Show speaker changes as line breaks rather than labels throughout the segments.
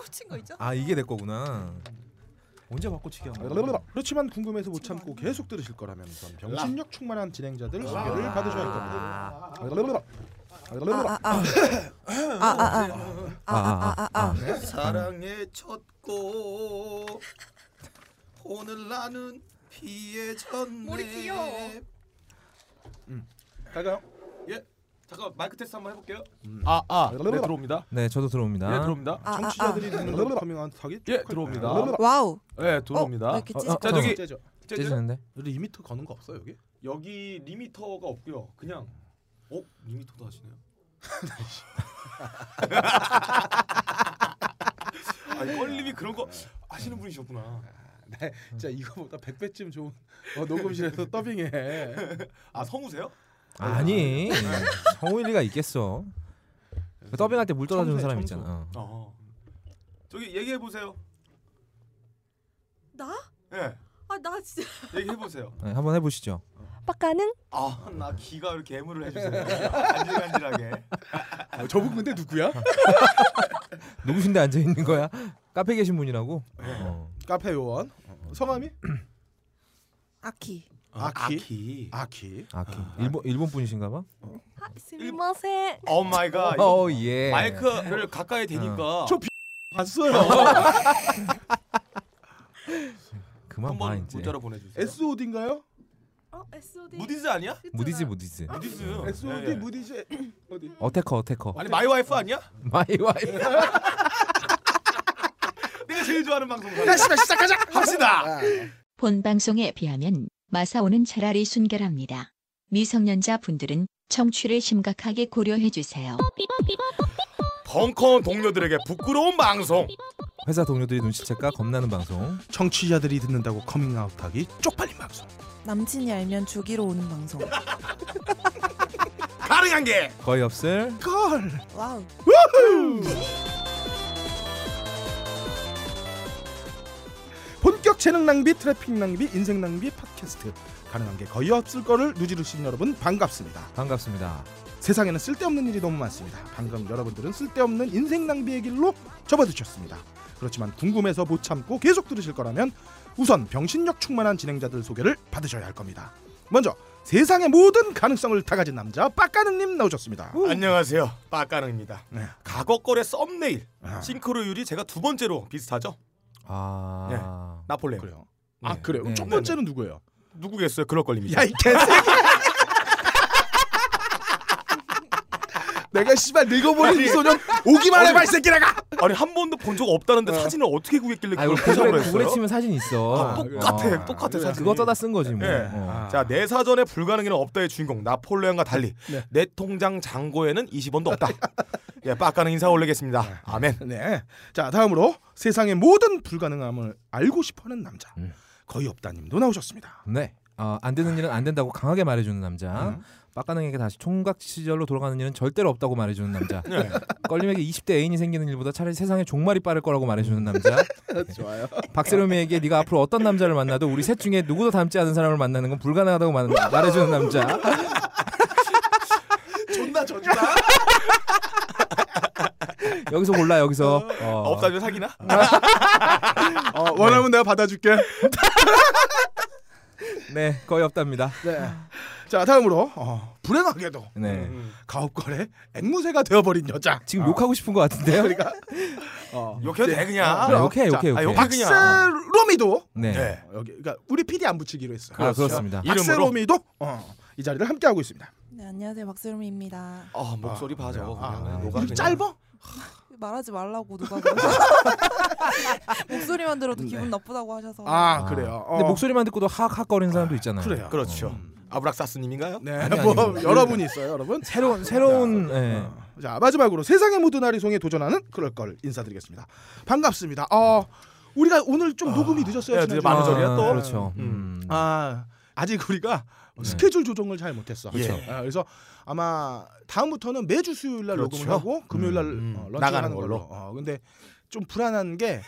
붙인 거 있죠?
아 이게 내 거구나.
언제 바꿔치기 한
아,
거야?
랄랄랄라. 아, 그렇지만 궁금해서 못 참고 계속 들으실 거라면 우선 병신력 충만한 진행자들 소개를
아.
받으셔야
아.
합니다. 랄랄랄라. 랄랄랄라.
아아아아
사랑의 첫곡 오늘 나는 피해졌네
머리 귀여워.
음.
갈까요?
예 잠깐 마이크 테스트 한번 해볼게요
아아 네,
랄랄랄라.
들어옵니다.
네 저도
예
들어옵니다.
들어옵니다.
아,
청취자들이 듣는 커밍아웃 하기
예, 들어옵니다.
랄랄랄라.
와우.
예 들어옵니다.
아,
왜 이렇게
어, 어,
찢어?
자 저기
째죠.
찢어졌는데?
우리 2미터 거는 거 없어 여기?
여기 리미터가 없고요 그냥 어? 리미터도 하시네요 아니 껄림이 그런 거 아시는 분이셨구나
네, 진짜 이거보다 100배쯤 좋은 어, 녹음실에서 더빙해.
아 성우세요?
네.
아니 성우일리가 있겠어. 그 더빙할 때 물 떠다주는 사람 있잖아. 어.
어 저기 얘기해보세요
나?
예
아 나 진짜
얘기해보세요
네, 한번 해보시죠.
빡가는
아 나 귀가 이렇게 개물을 해주세요 간질간질하게
어, 저분 근데 누구야?
누구신데 앉아 있는 거야? 카페 계신 분이라고. 어.
카페 요원. 어, 성함이?
아키.
아키.
아키
아키.
아, 그 일본 일본 분이신가봐.
아, 스미마셍.
오 아, 마이 갓.
어 예. 어.
마이크를 가까이 대니까
저 봤어요.
그만 봐
한번
이제.
문자로 보내주세요.
SOD인가요?
어 S.O.D.
무디즈 아니야?
무디즈 무디즈.
무디즈.
SOD
네,
예, 예.
무디즈 어디?
어테커 어테커.
아니 마이 와이프 아니야?
마이 와이프.
내가 제일 좋아하는 방송사.
다시다 시작하자. 아.
합시다.
본 방송에 비하면 마사오는 차라리 순결합니다. 미성년자 분들은 청취를 심각하게 고려해 주세요.
벙커 동료들에게 부끄러운 방송.
회사 동료들이 눈치챌까 겁나는 방송.
청취자들이 듣는다고 커밍아웃하기 쪽팔린 방송.
남친이 알면 죽이러 오는 방송.
가능한 게.
거의 없을
걸.
와우.
본격 재능 낭비, 트래핑 낭비, 인생 낭비 팟캐스트. 가능한 게 거의 없을 거를 누지르신 여러분 반갑습니다.
반갑습니다.
세상에는 쓸데없는 일이 너무 많습니다. 방금 여러분들은 쓸데없는 인생 낭비의 길로 접어드셨습니다. 그렇지만 궁금해서 못 참고 계속 들으실 거라면 우선 병신력 충만한 진행자들 소개를 받으셔야 할 겁니다. 먼저 세상의 모든 가능성을 다 가진 남자 빡가능님 나오셨습니다.
안녕하세요. 빠까능입니다.
네.
가거걸의 썸네일
아,
싱크로율이 제가 두 번째로 비슷하죠?
아.
나폴레옹.
그래요. 아
네.
그래요.
네.
첫 번째는 누구예요?
누구겠어요? 그럴 걸립니다.
야 이 개새끼. 내가 씨발 늙어버린 이 소년 오기만 해봐 이 새끼라가.
아니 한 번도 본 적 없다는데 사진을 어떻게 구했길래
아, 이거
그걸 포장을
구글에,
했어요?
구글에 치면 사진 있어.
아, 똑같아,
어.
똑같아 사진.
그거 써다 쓴 거지 뭐.
예.
어.
자, 내 사전에 불가능에는 없다의 주인공 나폴레옹과 달리
네.
내 통장 장고에는 20원도 없다. 예, 빡가는 인사 올리겠습니다. 아멘.
네. 자 다음으로 세상의 모든 불가능함을 알고 싶어하는 남자
음.
거의 없다님도 나오셨습니다.
네. 어, 안 되는 일은 안 된다고 강하게 말해주는 남자. 빡가능에게 다시 총각 시절로 돌아가는 일은 절대로 없다고 말해주는 남자.
네.
껄림에게 20대 애인이 생기는 일보다 차라리 세상에 종말이 빠를 거라고 말해주는 남자.
좋아요.
박세롬이에게 네가 앞으로 어떤 남자를 만나도 우리 셋 중에 누구도 닮지 않은 사람을 만나는 건 불가능하다고 말- 말해주는 남자.
존나 존나.
여기서 골라 여기서. 어.
없다면 사기나?
어, 원하면 내가 받아줄게.
네, 거의 없답니다.
네. 자 다음으로 어, 불행하게도
네.
가업거래 앵무새가 되어버린 여자.
지금 욕하고 싶은 것 같은데요.
그러니까 어,
욕해도 돼
아,
그냥.
욕해,
자,
욕해,
아,
욕해.
욕- 그냥.
박세롬이도
네.
네.
어, 여기 그러니까 우리 PD 안 붙이기로 했어.
아, 그렇습니다.
박세롬이도 어, 이 자리를 함께 하고 있습니다.
네, 안녕하세요. 박세롬입니다.
아, 목소리 봐줘.
그래요?
그냥
아,
녹아
이거
그냥.
짧아?
말하지 말라고 누가 네. 그래. 목소리만 들어도 기분 나쁘다고 하셔서.
아, 그래요. 어.
근데 목소리만 듣고도 하악하악 거리는 사람도 있잖아요.
그래요.
그렇죠. 아브락사스님인가요?
네,
아니,
뭐
아니, 뭐.
여러분이 있어요, 여러분.
새로운 새로운
아,
예.
자 마지막으로 세상의 모든 아리송에 도전하는 그럴 걸 인사드리겠습니다. 반갑습니다. 어 우리가 오늘 좀 녹음이 늦었어요.
예,
지난주에.
늦어- 많은 소리야, 또?
그렇죠. 음.
아 아직 우리가 스케줄 조정을 잘 못했어.
그렇죠.
아, 그래서 아마 다음부터는 매주 수요일 날
그렇죠.
녹음을 하고 금요일 날
음,
어,
음.
런칭
나가는
하는 걸로.
걸로.
어, 근데 좀 불안한 게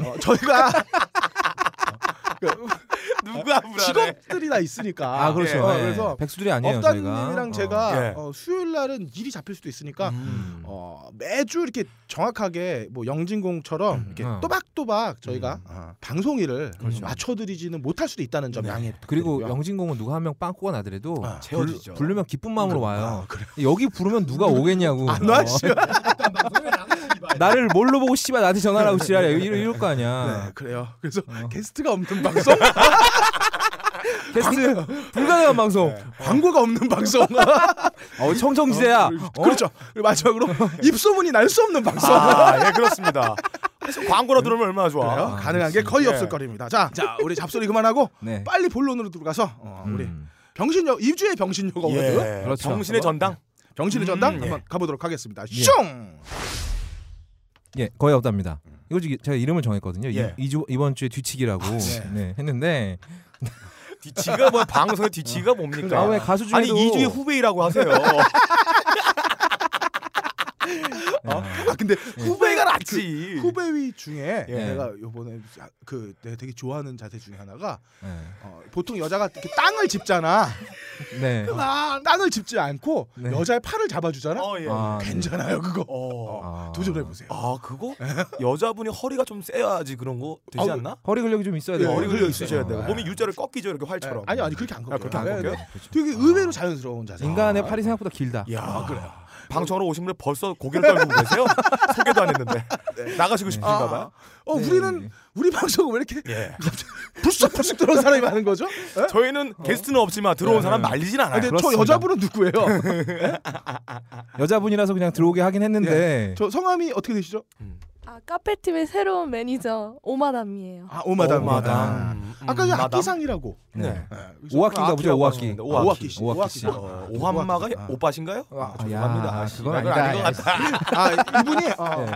어, 저희가 어, 그,
누가 음. 불안해?
직업들이 다 있으니까.
아 그렇죠.
어,
네.
그래서
백수들이 아니에요 저희가.
업다님이랑
어.
제가
예.
어, 수요일 날은 일이 잡힐 수도 있으니까
음.
어, 매주 이렇게 정확하게 뭐 영진공처럼 이렇게
어. 음.
또박또박 저희가 어, 방송일을
그렇죠.
맞춰드리지는 못할 수도 있다는 점
네.
양해
그리고
부탁드리고요.
영진공은 누가 한 명 빵꾸가 나더라도
아,
채워지죠.
불- 부르면 기쁜 마음으로 와요.
아, 그래.
여기 부르면 누가 오겠냐고.
안 와,
어.
씨.
나를 뭘로 보고 씨발 나한테 전화라고 씨발 이럴, 이럴 거
네,
아니야.
그래요. 그래서
어.
게스트가 없는 방송,
게스트 불가능한 방송.
네. 광고가 없는 방송.
어, 청정지대야. 어?
그렇죠. 그리고 마지막으로 입소문이 날 수 없는 방송.
아, 예, 그렇습니다. 광고라 들으면 얼마나 좋아.
그래요?
아,
가능한 게 거의
예.
없을 거립니다. 자, 자, 우리 잡소리 그만하고
네.
빨리 본론으로 들어가서 어, 우리
음.
병신여 2주의 병신여가 오거든요.
예.
그렇죠.
정신의 전당.
병신의
음,
전당
예.
한번 가보도록 하겠습니다.
예.
슝!
예, 거의 없답니다. 이거 지- 제가 이름을 정했거든요.
음. 예. 아,
이, 주 이번 주에 뒤치기라고 네, 했는데
뒤치가 뭐 방송의 뒤치가 뭡니까?
그
아, 왜 가수 중에도
아니 이주의 후배이라고 하세요.
아 근데
후배가 낫지.
후배위 중에
예.
내가 요번에 그 내가 되게 좋아하는 자세 중에 하나가
예.
네.
어, 보통 여자가 이렇게 땅을 짚잖아.
네.
그
아, 땅을 짚지 않고
네.
여자의 팔을 잡아주잖아.
어, 예.
아, 네.
괜찮아요 그거.
어.
아.
도전해 보세요.
아 그거 여자분이 허리가 좀 세야지 그런 거 되지
아우,
않나?
허리 근력이 좀 있어야
네,
돼요.
예, 허리
허리
근력
근력이
있으셔야 되고
네.
몸이 U자를 꺾이죠 이렇게 활처럼.
아니 네, 아니 그렇게 안 걷고.
아, 그렇게 안 걷어요?
되게 의외로 자연스러운 자세.
아. 인간의 팔이 생각보다 길다.
야
네. 아, 그래요?
방청으로 오신 분에 벌써 고개를 떨구고 계세요? 소개도 안 했는데
네.
나가시고 싶으신가 봐요.
어
네.
우리는 우리 방송 왜 이렇게
예.
불쑥불쑥 들어온 사람이 많은 거죠? 예?
저희는 게스트는 없지만 들어온 사람 말리진 않아요.
네. 근데 저
그렇습니다.
여자분은 누구예요?
여자분이라서 그냥 들어오게 하긴
예.
했는데
저 성함이 어떻게 되시죠?
아 카페팀의 새로운 매니저 오마담이에요.
아 오마담.
음. 오마담.
아. 아까 그 악기상이라고.
네.
네.
오학기인가 보죠, 오학기.
하셨는데,
아,
오학기.
오학기 씨.
오학기 씨.
어, 오한마가
아.
오빠신가요?
아,
아,
야,
죄송합니다. 아,
그건
씨발,
아니다.
아닌 것 같다.
아 이분이 어,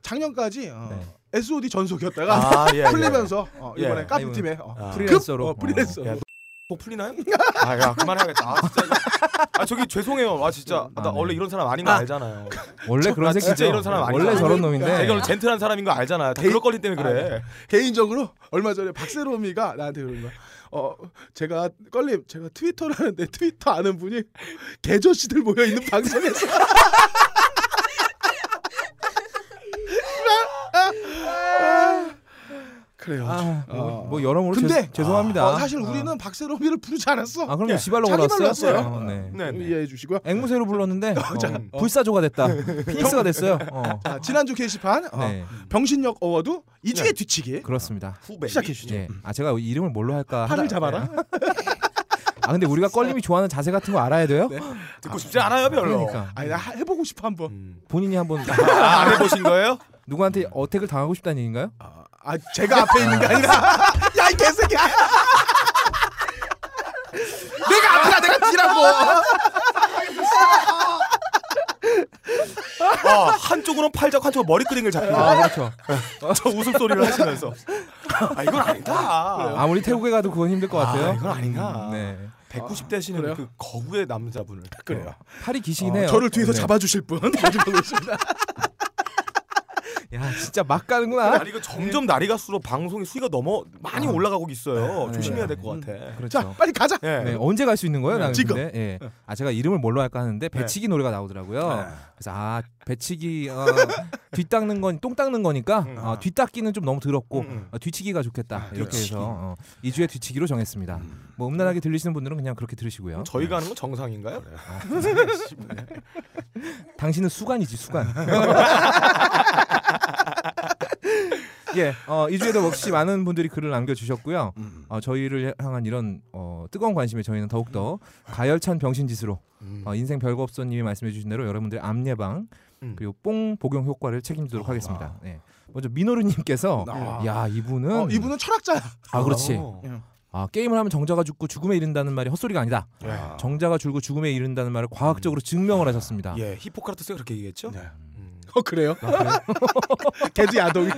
작년까지 어, SOD 전속이었다가
아, 예, 예.
풀리면서 어, 이번에
예.
카페팀에 어,
아.
프리랜서로.
급, 어, 프리랜서.
야, 뭐 풀리나요? 아, 야, 그만해야겠다. 아, 진짜. 이거. 아, 저기 죄송해요. 아, 진짜. 나
아, 네.
원래 이런 사람 아닌 거 알잖아요.
원래 그런
나 진짜
새끼죠.
이런 사람 아니야.
원래 저런
제가
놈인데
오늘 젠틀한 사람인 거 알잖아요. 다
데이-
그럴 걸리 때문에 그래.
개인적으로 얼마 전에 박세롬이가 나한테 그런 거야. 어 제가 껄림 제가 트위터를 하는데 트위터 아는 분이 개조씨들 모여 있는 방송에서 아, 그래요.
아, 뭐,
어.
뭐 여러모로
근데
죄, 죄송합니다.
아,
어, 사실 우리는 박세롬이를 부르지 않았어.
아, 그럼
예,
요 지발로
자기 발로
골랐어요.
했어요.
어, 네.
네. 네.
이해해 주시고요.
앵무새로 불렀는데 어,
자, 어.
불사조가 됐다. 피닉스가 됐어요. 어.
자, 지난주 게시판 어,
네,
병신력 어워드 이주의
네.
뒤치기
그렇습니다.
후배.
시작해 주시죠.
예, 아 제가 이름을 뭘로 할까?
팔을
하다- 예. 네.
잡아라.
아 근데 우리가 껄림이 좋아하는 자세 같은 거 알아야 돼요?
네.
듣고 싶지 않아요, 별로.
그러니까
아니 나 하- 해보고 싶어 한번.
음.
본인이 한번
아, 안 해보신 거예요?
누구한테 어택을 당하고 싶다는 얘기인가요?
아, 아 제가 앞에 있는 게 아니라 야 이 개새끼야. 아, 내가 앞이야 내가 뒤라고.
아, 한쪽으로 팔 잡고 한쪽으로 머리 끄댕이를 잡힌다.
아 그렇죠.
저 웃음소리를 하시면서. 아, 이건 아니다.
아무리 태국에 가도 그건 힘들 것 같아요.
아, 이건 아닌가.
네.
190 대시는 그 거구의 남자분을.
그래요.
팔이 기시긴
어,
해요.
저를 뒤에서
네.
잡아주실 분 마지막으로 있습니다.
야 진짜 막 가는구나.
아니 이거 점점 날이 갈수록 방송의 수위가 넘어 많이 올라가고 있어요.
네.
조심해야 될 것 같아.
그렇죠.
자 빨리 가자.
예.
네, 언제 갈 수 있는 거예요?
네,
나는
지금.
근데? 예. 아 제가 이름을 뭘로 할까 하는데 배치기 노래가 나오더라고요. 그래서 아 배치기 어, 뒤 닦는 건 똥 닦는 거니까
음.
어, 뒤 닦기는 좀 너무 더럽고
음, 음.
어, 뒤치기가 좋겠다 이렇게
뒤치기.
해서 어, 2주에 뒤치기로 정했습니다. 뭐 음란하게 들리시는 분들은 그냥 그렇게 들으시고요.
저희가 하는 건 정상인가요?
당신은 수간이지 수간. 예, 어, 이 주에도 역시 많은 분들이 글을 남겨주셨고요. 어, 저희를 향한 이런 어, 뜨거운 관심에 저희는 더욱 더 가열찬 병신짓으로 어, 인생 별거 없어님이 말씀해주신 대로 여러분들의 암 예방
음.
그리고 뽕 복용 효과를 책임지도록 하겠습니다. 예. 먼저 민호루님께서
아.
야 이분은
어, 이분은 철학자야.
음. 아 그렇지
어.
아 게임을 하면 정자가 죽고 죽음에 이른다는 말이 헛소리가 아니다.
예.
정자가 죽고 죽음에 이른다는 말을 과학적으로 증명을 하셨습니다.
예, 히포크라테스가 그렇게 얘기했죠?
네.
음.
어 그래요?
아,
개도 야동이.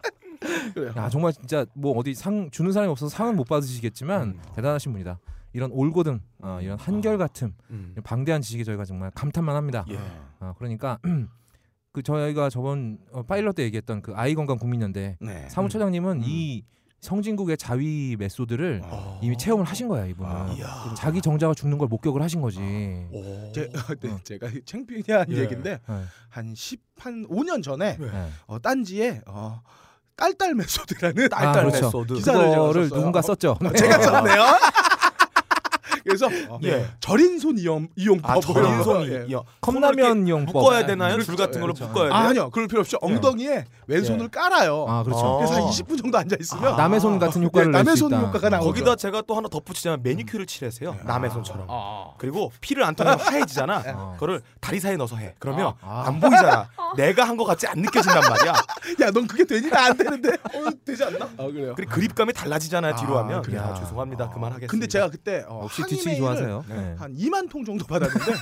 야 정말 진짜 뭐 어디 상 주는 사람이 없어서 상은 못 받으시겠지만
음.
대단하신 분이다. 이런 올고등,
음.
어, 이런 한결 같은
음.
방대한 지식에 저희가 정말 감탄만 합니다.
예.
어, 그러니까 그 저희가 저번 어, 파일럿 때 얘기했던 그 아이 건강 국민연대
네.
사무처장님은 이 성진국의 자위 메소드를
어.
이미 체험을 하신 거야 이분은.
아,
자기 정자가 죽는 걸 목격을 하신 거지.
아.
오.
제, 네, 제가 창피한
예.
얘기인데
네.
한 10한 5년 전에
네.
네.
어, 딴지에 어, 딸딸 메소드라는
딸딸
아, 그렇죠.
메소드.
기사- 기사를 제가
그거를
썼어요. 아, 그렇죠.
누군가 썼죠.
제가 썼네요. 그래서 어,
예.
절인손 이용 이용법
아, 저인손이
예.
컵라면 용법.
묶어야 되나요? 줄
그렇죠.
같은 걸로
그렇죠.
묶어야 돼요?
아, 아니요 그럴 필요 없이 엉덩이에 왼손을 깔아요.
아 그렇죠.
어.
그래서 한 20분 정도 앉아 있으면 어, 네,
남의 손 같은 효과를 낼 수
남의
있다.
손 효과가 나오죠.
거기다 제가 또 하나 덧붙이자면 매니큐를 칠해서요. 남의 손처럼.
아.
그리고 피를 안 통하면 하얘지잖아.
어.
그거를 다리 사이에 넣어서 해. 그러면
아.
안 보이잖아. 내가 한 것 같지 안 느껴진단 말이야.
야 넌 그게 되니 나 안 되는데 어, 되지 않나? 아 그래요.
그리고 그립감이 달라지잖아요. 뒤로
아,
하면.
그래요?
야, 죄송합니다. 그만하겠습니다.
근데 제가 그때 어,
역시
항의
뒤치기
메일을
좋아하세요. 네.
한 2만 통 정도 받았는데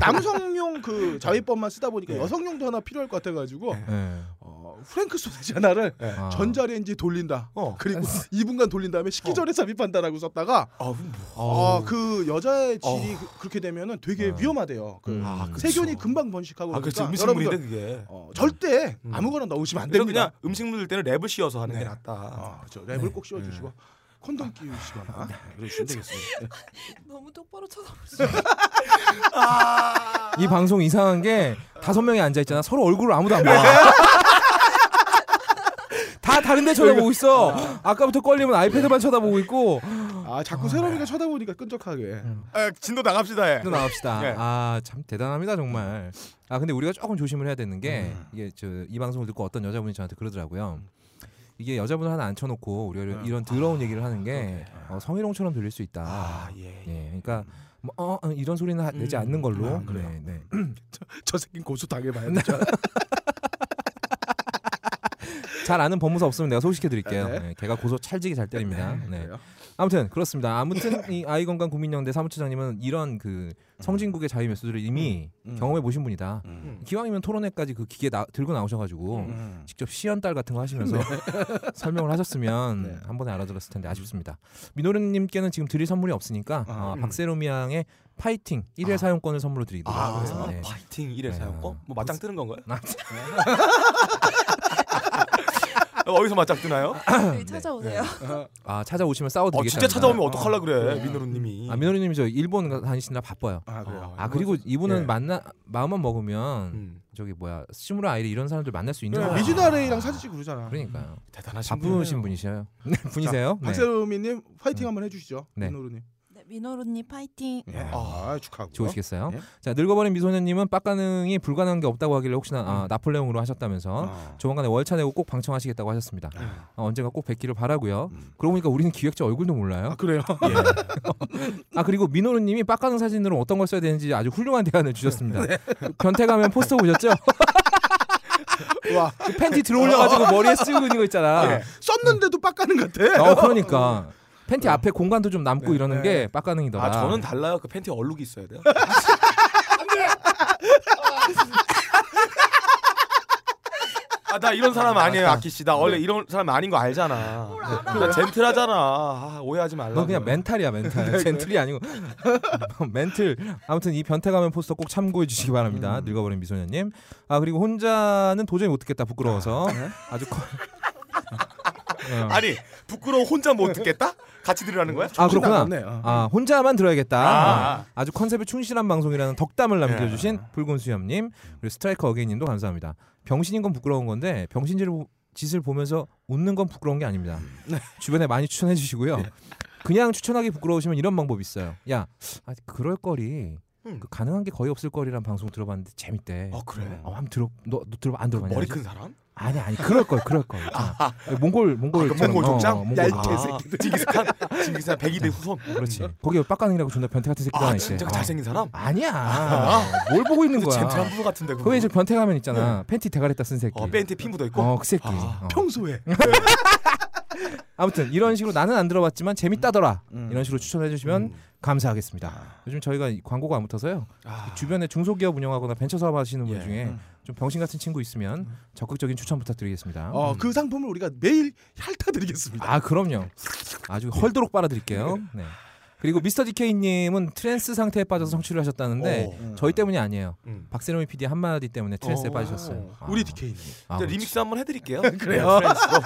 남성용 그 자위법만 쓰다 보니까
네.
여성용도 하나 필요할 것 같아가지고
네.
어, 프랭크 소세지 하나를
아.
전자레인지에 돌린다.
어.
그리고 2분간 돌린 다음에 식기절에 삽입한다라고 썼다가
아, 뭐.
어, 그 여자의 질이 그- 그렇게 되면은 되게
어.
위험하대요. 그
음.
어. 네. 아, 그쵸.
세균이 금방 번식하고
아, 그렇죠.
그러니까
음식물인데
여러분들,
그게.
어, 절대
음.
아무거나 넣으시면 안
그래서
됩니다.
그냥 음식물 넣을 때는 랩을 씌워서 하는
네.
게 낫다.
어, 저 랩을 꼭
네.
씌워주시고 콘돔
아,
끼우시거나 그러시면 되겠습니다.
너무 똑바로 쳐다보시네.
이 방송 이상한 게 다섯 명이 앉아 있잖아. 서로 얼굴을 아무도 안 봐. 다 다른데 쳐다보고 있어. 아까부터 걸리면 아이패드만 쳐다보고 있고.
아 자꾸
네.
새로미가 쳐다보니까 끈적하게.
아, 진도 나갑시다. 예.
또 나갑시다.
예.
아 참 대단합니다 정말. 아 근데 우리가 조금 조심을 해야 되는 게
음.
이게 저 이 방송을 듣고 어떤 여자분이 저한테 그러더라고요. 이게 여자분을 하나 앉혀놓고 우리가
음.
이런- 이런
아,
더러운 얘기를 하는 게 어, 성희롱처럼 들릴 수 있다.
아, 예.
예, 그러니까 뭐, 어, 어, 이런 소리는 하- 내지
음.
않는 걸로.
음. 아, 그래요?
네, 네.
저 새끼 고소 당해봐야
네.
되죠.
잘 아는 법무사 없으면 내가 소개시켜 드릴게요.
네.
네. 걔가 고소 찰지게 잘 때립니다. 네.
그래요?
아무튼 그렇습니다. 아무튼 이 아이건강 국민연대 사무처장님은 이런 그 성진국의 자유 메소드를 이미
음.
경험해 보신 분이다.
음.
기왕이면 토론회까지 그 기계 나, 들고 나오셔가지고
음.
직접 시연딸 같은 거
네.
하시면서 설명을 하셨으면
네.
한 번에 알아들었을 텐데 아쉽습니다. 민호련님께는 지금 드릴 선물이 없으니까
아,
어,
음.
박세롬이 양의 파이팅 1회
아.
사용권을 선물로 드리도록
아,
하겠습니다.
그래서
네.
파이팅 이래
네.
사용권? 뭐 맞짱 뜨는 건가요?
나-
어, 어디서 맞짱 뜨나요?
여기 네, 찾아오세요.
아 찾아오시면 싸워드리겠다.
어, 진짜 찾아오면 어떡하려 그래, 민호루님이.
아 민호련님 저 일본 가- 다니시느라 바빠요.
아 그래요.
아 그리고 이분은
예.
만나 마음만 먹으면
음,
저기 뭐야 스시무라 아이리 이런 사람들 만날 수
네.
있는
그래,
거야.
네. 미즈나레이랑 사진 찍고 그러잖아.
그러니까요.
대단하신
바쁘신 분이셔요. 네, 분이세요? 네.
박세롬이님 파이팅 한번 해주시죠.
네.
민호루님.
네, 민호루님 파이팅.
예. 아 축하하고.
좋으시겠어요.
네.
자 늙어버린 미소녀님은 빡가능이 불가능한 게 없다고 하길래 혹시나 아, 나폴레옹으로 하셨다면서
음. 아.
조만간에 월차 내고 꼭 방청하시겠다고 하셨습니다.
아.
어, 언젠가 꼭 뵙기를 바라고요.
음.
그러고 보니까 우리는 기획자 얼굴도 몰라요.
아 그래요.
아 그리고 민호루님이 빡가는 사진으로 어떤 걸 써야 되는지 아주 훌륭한 대안을 주셨습니다.
네.
변태 가면 포스터 보셨죠?
와
그 팬티 들어올려가지고 머리에 쓰고 있는 거
네.
있잖아.
썼는데도 빡가는 같아.
어 그러니까 팬티 앞에 공간도 좀 남고
네.
이러는 게 빡가능이더라.
네. 아, 저는 달라요. 그 팬티에 얼룩이 있어야 돼요. 아, 나 이런 사람 아니에요, 아키 씨. 나
네.
원래 이런 사람 아닌 거 알잖아. 나 젠틀하잖아. 아, 오해하지 말라.
넌 그냥 멘탈이야
네.
멘탈 젠틀이 아니고 멘틀 아무튼 이 변태가면 포스터 꼭 참고해 주시기 바랍니다
음.
늙어버린 미소녀님 아 그리고 혼자는 도저히 못 듣겠다 부끄러워서
네.
아주 커... 어.
아니, 부끄러워 혼자 못 듣겠다? 같이 들으라는 거야?
아 그렇구나
나갔네, 어.
아 혼자만 들어야겠다
아.
아, 주 컨셉에 충실한 방송이라는 덕담을 남겨주신 붉은 수염님 그리고 스트라이커 어게인님도 감사합니다 병신인 건 부끄러운 건데 병신질 짓을 보면서 웃는 건 부끄러운 게 아닙니다 주변에 많이 추천해 주시고요 그냥 추천하기 부끄러우시면 이런 방법이 있어요 야 아, 그럴 거리
음.
그 가능한 게 거의 없을 거리란 방송 들어봤는데 재밌대
아, 그래?
어, 한번 들어 너, 너 들어 안 들어봤냐
머리
아직?
큰 사람?
아니 아니 그럴 걸 그럴 걸 있잖아. 몽골 몽골
그 몽골 족장?
몽골 아.
야, 이
족장.
새끼들. 징기스칸, 징기스칸 백이대 후손.
어, 그렇지 그렇죠. 거기 빡가능이라고 존나 변태 같은 새끼가
아,
하나 있대
진짜
어.
잘생긴 사람?
아니야. 뭘 보고 있는
근데
거야.
젠틀한 부부 같은데. 그거.
거기 이제 변태 가면 있잖아. 팬티 대가리다 쓴 새끼.
어, 팬티에 핀 묻어있고.
어, 그 새끼.
아,
어.
평소에.
아무튼 이런 식으로 나는 안 들어봤지만 재밌다더라.
음.
이런 식으로 추천해 주시면 감사하겠습니다. 요즘 저희가 이 광고가 안 붙어서요.
아.
그 주변에 중소기업 운영하거나 벤처 사업 하시는 분
예. 음.
중에
음.
좀 병신 같은 친구 있으면 적극적인 추천 부탁드리겠습니다.
어그 상품을 우리가 매일 핥아드리겠습니다.
아 그럼요. 아주 헐도록 빨아드릴게요.
예.
네. 그리고 미스터 디케이님은 트랜스 상태에 빠져서 성취를 하셨다는데
어.
저희 때문이 아니에요.
음.
박세롬이 PD 한 마디 때문에 트랜스에
어.
빠지셨어요. 네. 아.
우리 디케이님.
아,
네,
그렇지.
리믹스 한번 해드릴게요.
그래요?
네, 프렌즈로.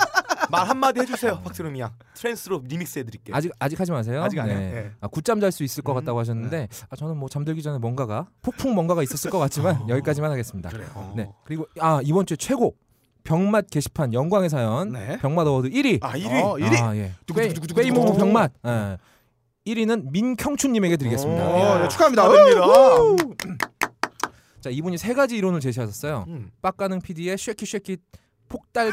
말 한마디 해주세요 박세롬이 양 트랜스로 리믹스 해드릴게요
아직 아직 하지 마세요.
아직 안 해요.
네.
예.
네.
아, 굿잠 잘 수 있을
음,
것
네.
같다고 하셨는데 아, 저는 뭐 잠들기 전에 뭔가가 폭풍 뭔가가 있었을 것
어.
같지만 여기까지만 하겠습니다.
그래요.
네 그리고 아 이번 주에 최고 병맛 게시판 영광의 사연
네.
병맛 어워드 1위.
아 1위
어, 1위.
아, 예.
두구두구두구두구.
페이모 병맛. 예. 1위는 민경춘님에게 드리겠습니다.
오,
예.
어, 예, 축하합니다.
아, 자 이분이 세 가지 이론을 제시하셨어요.
음.
음,
빡가능 PD의 쉐키 쉐키 폭달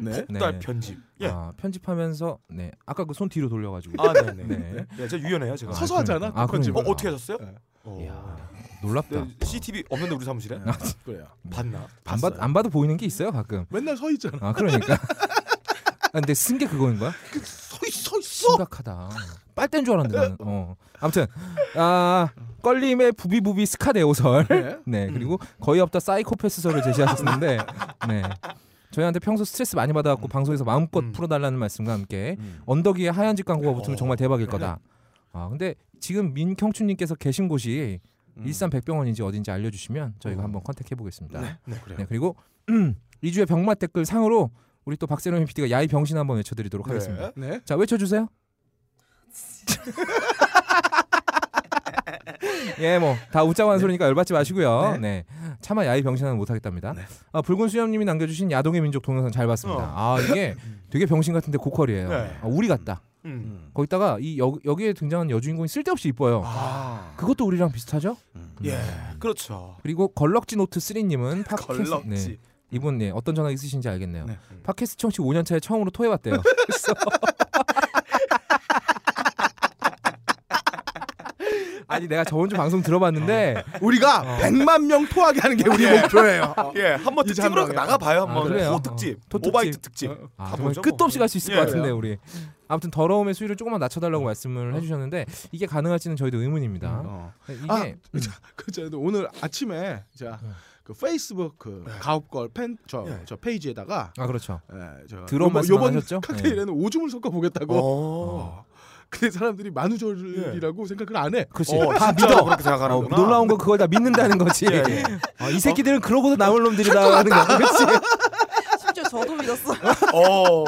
네.
딸 편집 예.
아, 편집하면서 네 아까 그 손 뒤로 돌려가지고.
아 네네
네.
예, 저 유연해요 제가
아,
서서 하잖아.
그러니까. 아,
어,
편집을.
그러니까.
어떻게 하셨어요?
네.
이야.
놀랍다.
네, CCTV 없는데 우리 사무실에
네. 그래요.
봤나?
안, 봐도, 안 봐도 보이는 게 있어요 가끔.
맨날 서 있잖아.
아 그러니까. 아, 근데 쓴 게 그거인 거야?
서, 있- 서 있어.
심각하다. 빨대인 줄 알았는데 나는. 어. 아무튼 아 껄림의 부비부비 스카데오설.
네.
네 그리고 거의 없다 사이코패스설을 제시하셨는데 네 저희한테 평소 스트레스 많이 받아갖고 방송에서 마음껏
음.
풀어달라는 말씀과 함께 언더기에 하얀 집 광고가 붙으면
어.
정말 대박일 거다. 아 근데 지금 민경춘님께서 계신 곳이
음.
음. 일산 백병원인지 어딘지 알려주시면 저희가 한번 컨택해 보겠습니다. 네.
네 그래요
그리고 이주의 병맛 댓글 상으로 우리 또 박세롬 PD가 야이 병신 한번 외쳐드리도록 하겠습니다.
네.
자 외쳐주세요. 예, 뭐 다 웃자고
네.
하는 소리니까 열받지 마시고요. 네. 차마 야이 병신은 못하겠답니다. 아, 붉은 수염님이 남겨주신 야동의 민족 동영상 잘 봤습니다.
네. 어.
아 이게 되게 병신 같은데 고퀄이에요.
네.
아, 우리 같다.
음.
거기다가 이 여, 여기에 등장한 여주인공이 쓸데없이 이뻐요.
아
그것도 우리랑 비슷하죠?
예,
네.
그렇죠.
그리고 걸럭지 노트 3님은 팟캐스트
걸럭지.
네. 이분 네 어떤 전화기 쓰신지 알겠네요.
네.
음.
팟캐스트 청취 5년 차에 처음으로 토해봤대요. 그래서 아니 내가 저번 주 방송 들어봤는데 네.
우리가 100만 명 토하게 하는 게 우리 목표예요. 아,
예, 한번
이제
특집으로
한번
나가 봐요.
아,
한번
그래요?
호 특집,
어, 호
모바이트 특집.
아,
다
정말
보죠,
끝도
뭐.
없이 갈 수 있을
예, 어.
것 같은데 우리 아무튼 더러움의 수위를 조금만 낮춰달라고 말씀을 해주셨는데 이게 가능할지는 저희도 의문입니다.
어.
이게
아,
음,
그저 오늘 아침에 자.
음.
그 페이스북 그
네.
가업걸 팬 저 저
네.
페이지에다가
아 그렇죠.
예, 저
드러운
요번-
말씀 안
요번
하셨죠? 네.
칵테일에는 오줌을 섞어 보겠다고.
어.
아,
근데 사람들이 만우절이라고
네.
생각을 안 해.
그렇지.
어,
다
진짜로
믿어.
그렇게
어,
생각하는구나.
놀라운 건 그걸 다 믿는다는 거지.
예, 예.
아, 이 새끼들은 그러고도 남을 놈들이다 하는 거. 그렇지.
아,
심지어 저도 믿었어.
어.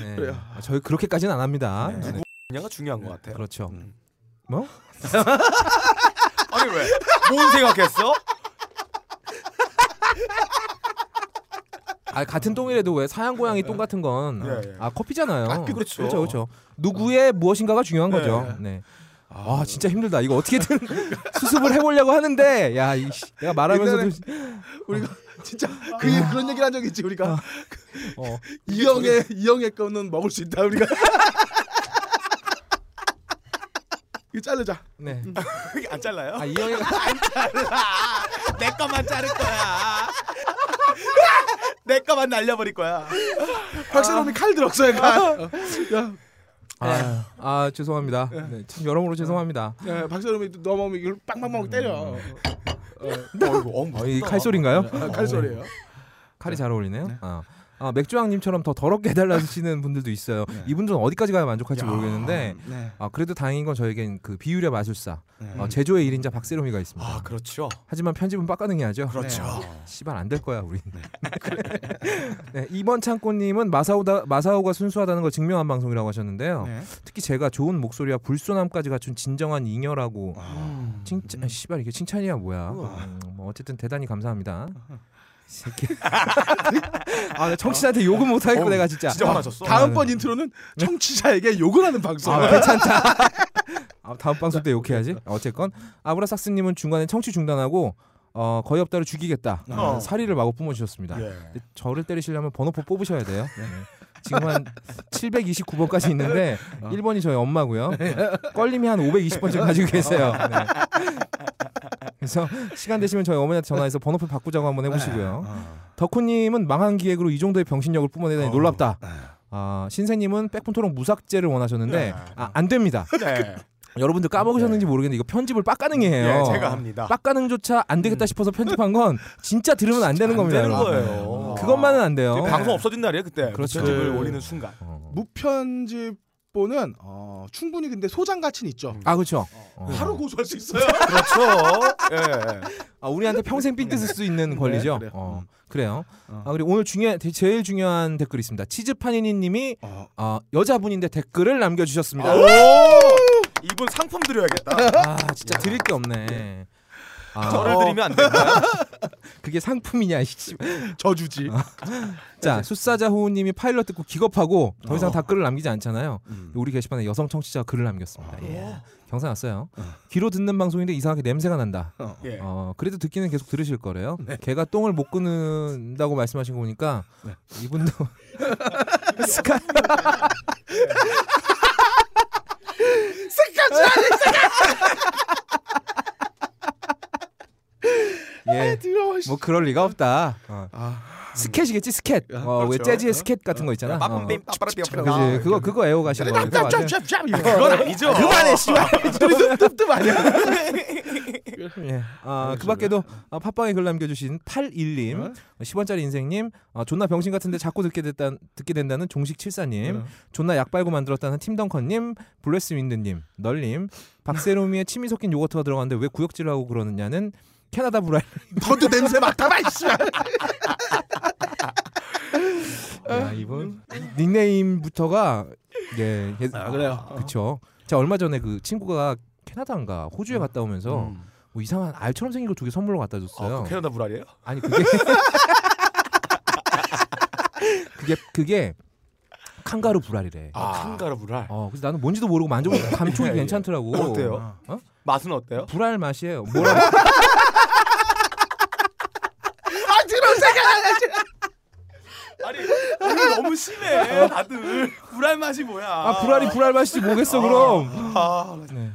네.
그래요.
아, 저희 그렇게까지는 안 합니다.
네.
네,
그냥가 중요한 것 같아요.
그렇죠.
음.
뭐?
아니 왜? 뭔 생각했어?
아 같은 똥이라도 왜 사양 고양이 똥 같은 건 아
예, 예.
커피잖아요.
아, 그렇죠.
그렇죠. 그렇죠. 누구의 무엇인가가 중요한
예,
거죠. 네. 아 진짜 힘들다. 이거 어떻게든 수습을 해보려고 하는데 야 이, 씨, 내가 말하면서도
우리가 진짜 그 그런 얘기를 한 적이 있지 우리가
아.
그
어.
이영애 이영애 거는 먹을 수 있다 우리가 이거 자르자
네.
그게 안 잘라요?
아이 형이
내 것만 자를 거야. 내 것만 날려버릴 거야.
박세롬이 칼 들었어요 칼 어. 야,
아, 아 죄송합니다. 네, 참 여러모로 죄송합니다.
야, 박세롬이 또 넘어오면 이걸 빵빵빵 때려 어.
어이구, 어,
어, 이 칼소리인가요?
아, 칼 소리예요
칼이 잘 어울리네요. 아. 아, 맥주왕님처럼 더 더럽게 해달라시는 분들도 있어요. 이분들은 어디까지 가야 만족할지 모르겠는데
네.
아, 그래도 다행인 건 저에겐 그 비율의 마술사
네.
어, 제조의 1인자 박세롬이가 있습니다.
아, 그렇죠.
하지만 편집은 빡가능해야죠.
그렇죠.
씨발 안 될 거야 우리. 네, 이번 창고님은 마사오다 마사오가 순수하다는 걸 증명한 방송이라고 하셨는데요.
네.
특히 제가 좋은 목소리와 불손함까지 갖춘 진정한 잉여라고 칭찬 아, 씨발 이게 칭찬이야 뭐야. 음, 뭐 어쨌든 대단히 감사합니다. 이 새끼. 아, 나 청취자한테 욕은 못 하겠고
어우,
내가 진짜.
아, 진짜 화나셨어.
다음번 인트로는 청취자에게 욕을 하는 방송
아, 괜찮다. 아, 다음 방송 때 욕해야지. 어쨌건 아브라삭스님은 중간에 청취 중단하고 어, 거의 없다를 죽이겠다.
어.
사리를 마구 뿜어주셨습니다.
예.
근데 저를 때리시려면 번호표 뽑으셔야 돼요. 네. 지금 한 729번까지 있는데 1번이 저희 엄마고요. 껄림이 한 520번쯤 가지고 계세요. 네. 그래서 시간 되시면 저희 어머니한테 전화해서 번호표 바꾸자고 한번
네.
해보시고요.
어.
덕후님은 망한 기획으로 이 정도의 병신력을 뿜어내다니 놀랍다.
네.
아, 신세님은 백분토론 무삭제를 원하셨는데 아, 안 됩니다.
네.
여러분들 까먹으셨는지 모르겠는데 이거 편집을 빡가능해요.
예, 제가 합니다. 음.
빡가능조차 안 되겠다 싶어서 편집한 건 진짜 들으면 안 되는
안
겁니다.
되는
여러분.
거예요.
그것만은 안 돼요.
방송 없어진 날이에요 네. 그때.
그렇죠.
그렇죠. 집을 올리는 순간.
어.
무편집 납보는 어, 충분히 근데 소장 가치는 있죠.
아 그렇죠. 어.
바로 음. 고소할 수 있어요.
그렇죠. 예.
아, 우리한테 평생 삥 뜯을 수 있는 권리죠.
그래요.
어,
음.
그래요.
어.
아, 그리고 오늘 중요한 대- 제일 중요한 댓글이 있습니다. 치즈파니니님이
어.
아, 여자분인데 댓글을 남겨주셨습니다.
아, 이분 상품 드려야겠다.
아 진짜 드릴 게
예.
없네. 아,
저를 드리면 안 될까요?
그게 상품이냐 이 씨.
저주지.
자 숫사자 호우님이 파일럿 듣고 기겁하고 더 이상
네. 어.
다 글을 남기지 않잖아요.
음. 아.
우리 게시판에 여성 청취자 가 글을 남겼습니다. 예. 경사 났어요. 귀로 듣는 방송인데 이상하게 냄새가 난다.
어.
예.
어 그래도 듣기는 계속 들으실 거래요.
네.
걔가 똥을 못 끊는다고 말씀하신 거 보니까
네.
이분도 스카
예.
예.
더러워, 씨.
뭐 그럴 리가 없다. 어.
아,
스캣이겠지 스캣.
아,
어, 왜
그렇죠.
재즈의
어.
스캣 같은 거 있잖아. 어.
빠밤빔 아. 빠빠라빔
아,
그지 그거 그거
어,
애호가신 거. 그거 완전-
그건 아니죠. 그만해 씨발.
예. 아, 그 밖에도 아, 팟빵에 글 남겨주신 81님, 10원짜리 인생님, 아, 존나 병신 같은데 자꾸 듣게 됐다 듣게 된다는 종식 칠사님,
어.
존나 약 빨고 만들었다는 팀덩컨님, 블레스 윈드님, 널님, 박세롬이의 침이 섞인 요거트가 들어갔는데 왜 구역질을 하고 그러느냐는 캐나다 브라이.
너도 냄새 맡아봐 이씨.
야 이분 닉네임부터가 아. 예, 예
아, 그래요.
그쵸. 제가 얼마 전에 그 친구가 캐나다인가 호주에 갔다 오면서
음.
뭐 이상한 알처럼 생긴 걸 두 개 선물로 갖다 줬어요.
어, 캐나다 불알이에요?
아니 그게 그게 그게 칸가루 불알이래.
아. 칸가루 불알.
어, 그래서 나는 뭔지도 모르고 만져보니까 감촉이 괜찮더라고.
예, 어때요?
어?
맛은 어때요?
불알 맛이에요. 뭐라고?
아니 오늘 너무 심해. 다들 불알 맛이 뭐야?
아, 불알이 불알 맛이지 뭐겠어 그럼.
아,
네.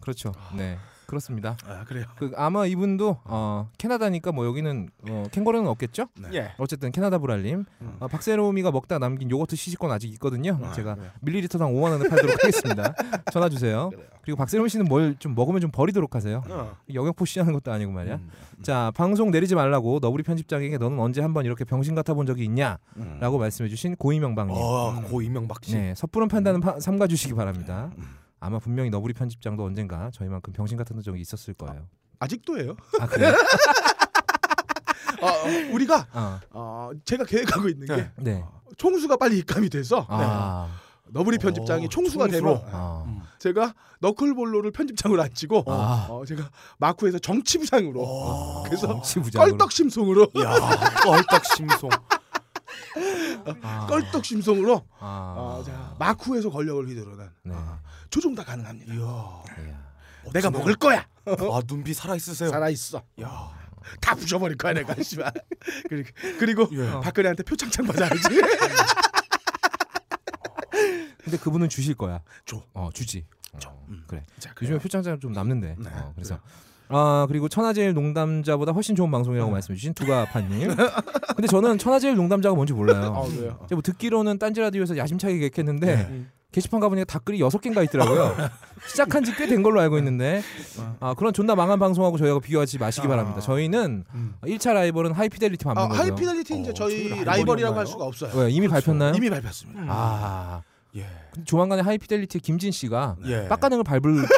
그렇죠. 네. 그렇습니다.
아 그래요.
그 아마 이분도 어, 캐나다니까 뭐 여기는 어, 캥거루는 없겠죠?
예.
어쨌든 캐나다 불알님
음.
아, 박세롬이가 먹다 남긴 요거트 시식권 아직 있거든요.
아,
제가
그래요.
밀리리터당 5만 원에 팔도록 하겠습니다. 전화 주세요. 그리고 박세롬 씨는 뭘 좀 먹으면 좀 버리도록 하세요.
음.
어.
영역 포시하는 것도 아니고 말이야. 자 방송 내리지 말라고 너구리 편집장에게 너는 언제 한번 이렇게 병신 같아 본 적이 있냐라고
음.
말씀해주신 고이명방님.
어, 고 이명박 씨.
네 섣부른 판단은 파- 삼가주시기 바랍니다. 아마 분명히 너구리 편집장도 언젠가 저희만큼 병신 같은 적이 있었을 거예요.
아직도예요.
아 그래요?
어, 어, 우리가
아,
어, 제가 계획하고 있는 게
네.
네.
총수가 빨리 입감이 돼서
아,
너브리 편집장이 총수가
총수로.
되면
아,
음.
제가 너클볼로를 편집장으로 안 치고
아. 어.
어, 제가 마쿠에서 정치부장으로 그래서
정치부장으로. 예.
껄떡심송으로
야, 껄떡 심송.
아,
껄떡심송으로
아,
어, 제가 마쿠에서 권력을 휘두르는
네.
조종 다 가능합니다.
이야.
내가 먹을 거야.
아, 눈빛 살아
네.
있으세요.
살아 있어.
야.
다 부셔버릴 거야 내가 씨발. 그리고, 그리고
어.
예.
박근혜한테 표창장 받아야지.
근데 그분은 주실 거야.
줘.
어, 주지. 줘. 그래.
자,
요즘에 표창장 좀 남는데.
네,
어, 그래서 아 그리고 천하제일 농담자보다 훨씬 좋은
네.
방송이라고 말씀해주신 두가파님. 근데 저는 천하제일 농담자가 뭔지 몰라요.
아 네. 그래요.
제가 뭐 듣기로는 딴지 라디오에서 야심차게 계획했는데 게시판 가보니까 댓글이 여섯 개인가 있더라고요. 시작한 지 꽤 된 걸로 알고 있는데
네.
아 그런 존나 망한 방송하고 저희하고 비교하지 마시기 바랍니다. 저희는 일 1차 라이벌은 하이피델리티 받는
음. 아,
거고요.
하이피델리티 그렇죠. 이제
어,
저희
저희
라이벌이라고
라이벌인가요?
할 수가 없어요.
왜, 이미 발표했나요?
이미 밟혔습니다.
아
예.
근데 조만간에 하이피델리티 김진 씨가
예.
빡가능을 밟을 거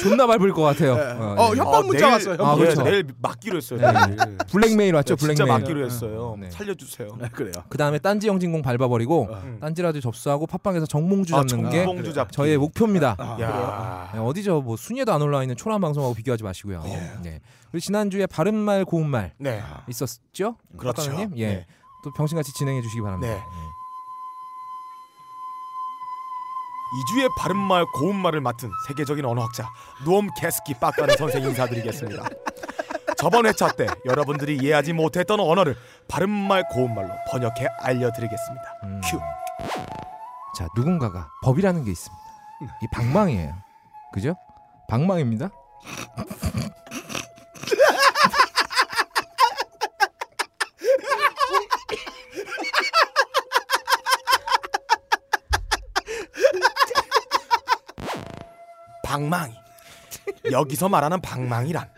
존나 밟을 것 같아요.
어,
예.
협박 문자
내일-
왔어요, 협박
아,
문자.
예, 내일 막기로 했어요.
네.
내일.
블랙메일 왔죠
네, 진짜
블랙메일.
막기로 했어요.
네.
살려주세요.
네, 그래요.
그 다음에 딴지 영진공 밟아버리고
음.
딴지라도 접수하고 팟빵에서 정몽주
아,
잡는 게
정봉주 아. 잡기.
저의 목표입니다.
야.
네, 어디죠? 뭐 순위에도 안 올라와 있는 초라한 방송하고 비교하지 마시고요.
예.
네. 그리고 지난주에 바른말 고운말
네.
있었죠?
그렇죠.
박가능님? 예.
네.
또 병신같이 진행해 주시기 바랍니다.
네. 이주의 바른 말 고운 말을 맡은 세계적인 언어학자 노엄 캐스키 빡가는 선생 인사드리겠습니다. 저번 회차 때 여러분들이 이해하지 못했던 언어를 바른 말 고운 말로 번역해 알려드리겠습니다.
음.
큐.
자 누군가가 법이라는 게 있습니다. 이 방망이에요. 그죠? 방망입니다.
방망이. 여기서 말하는 방망이란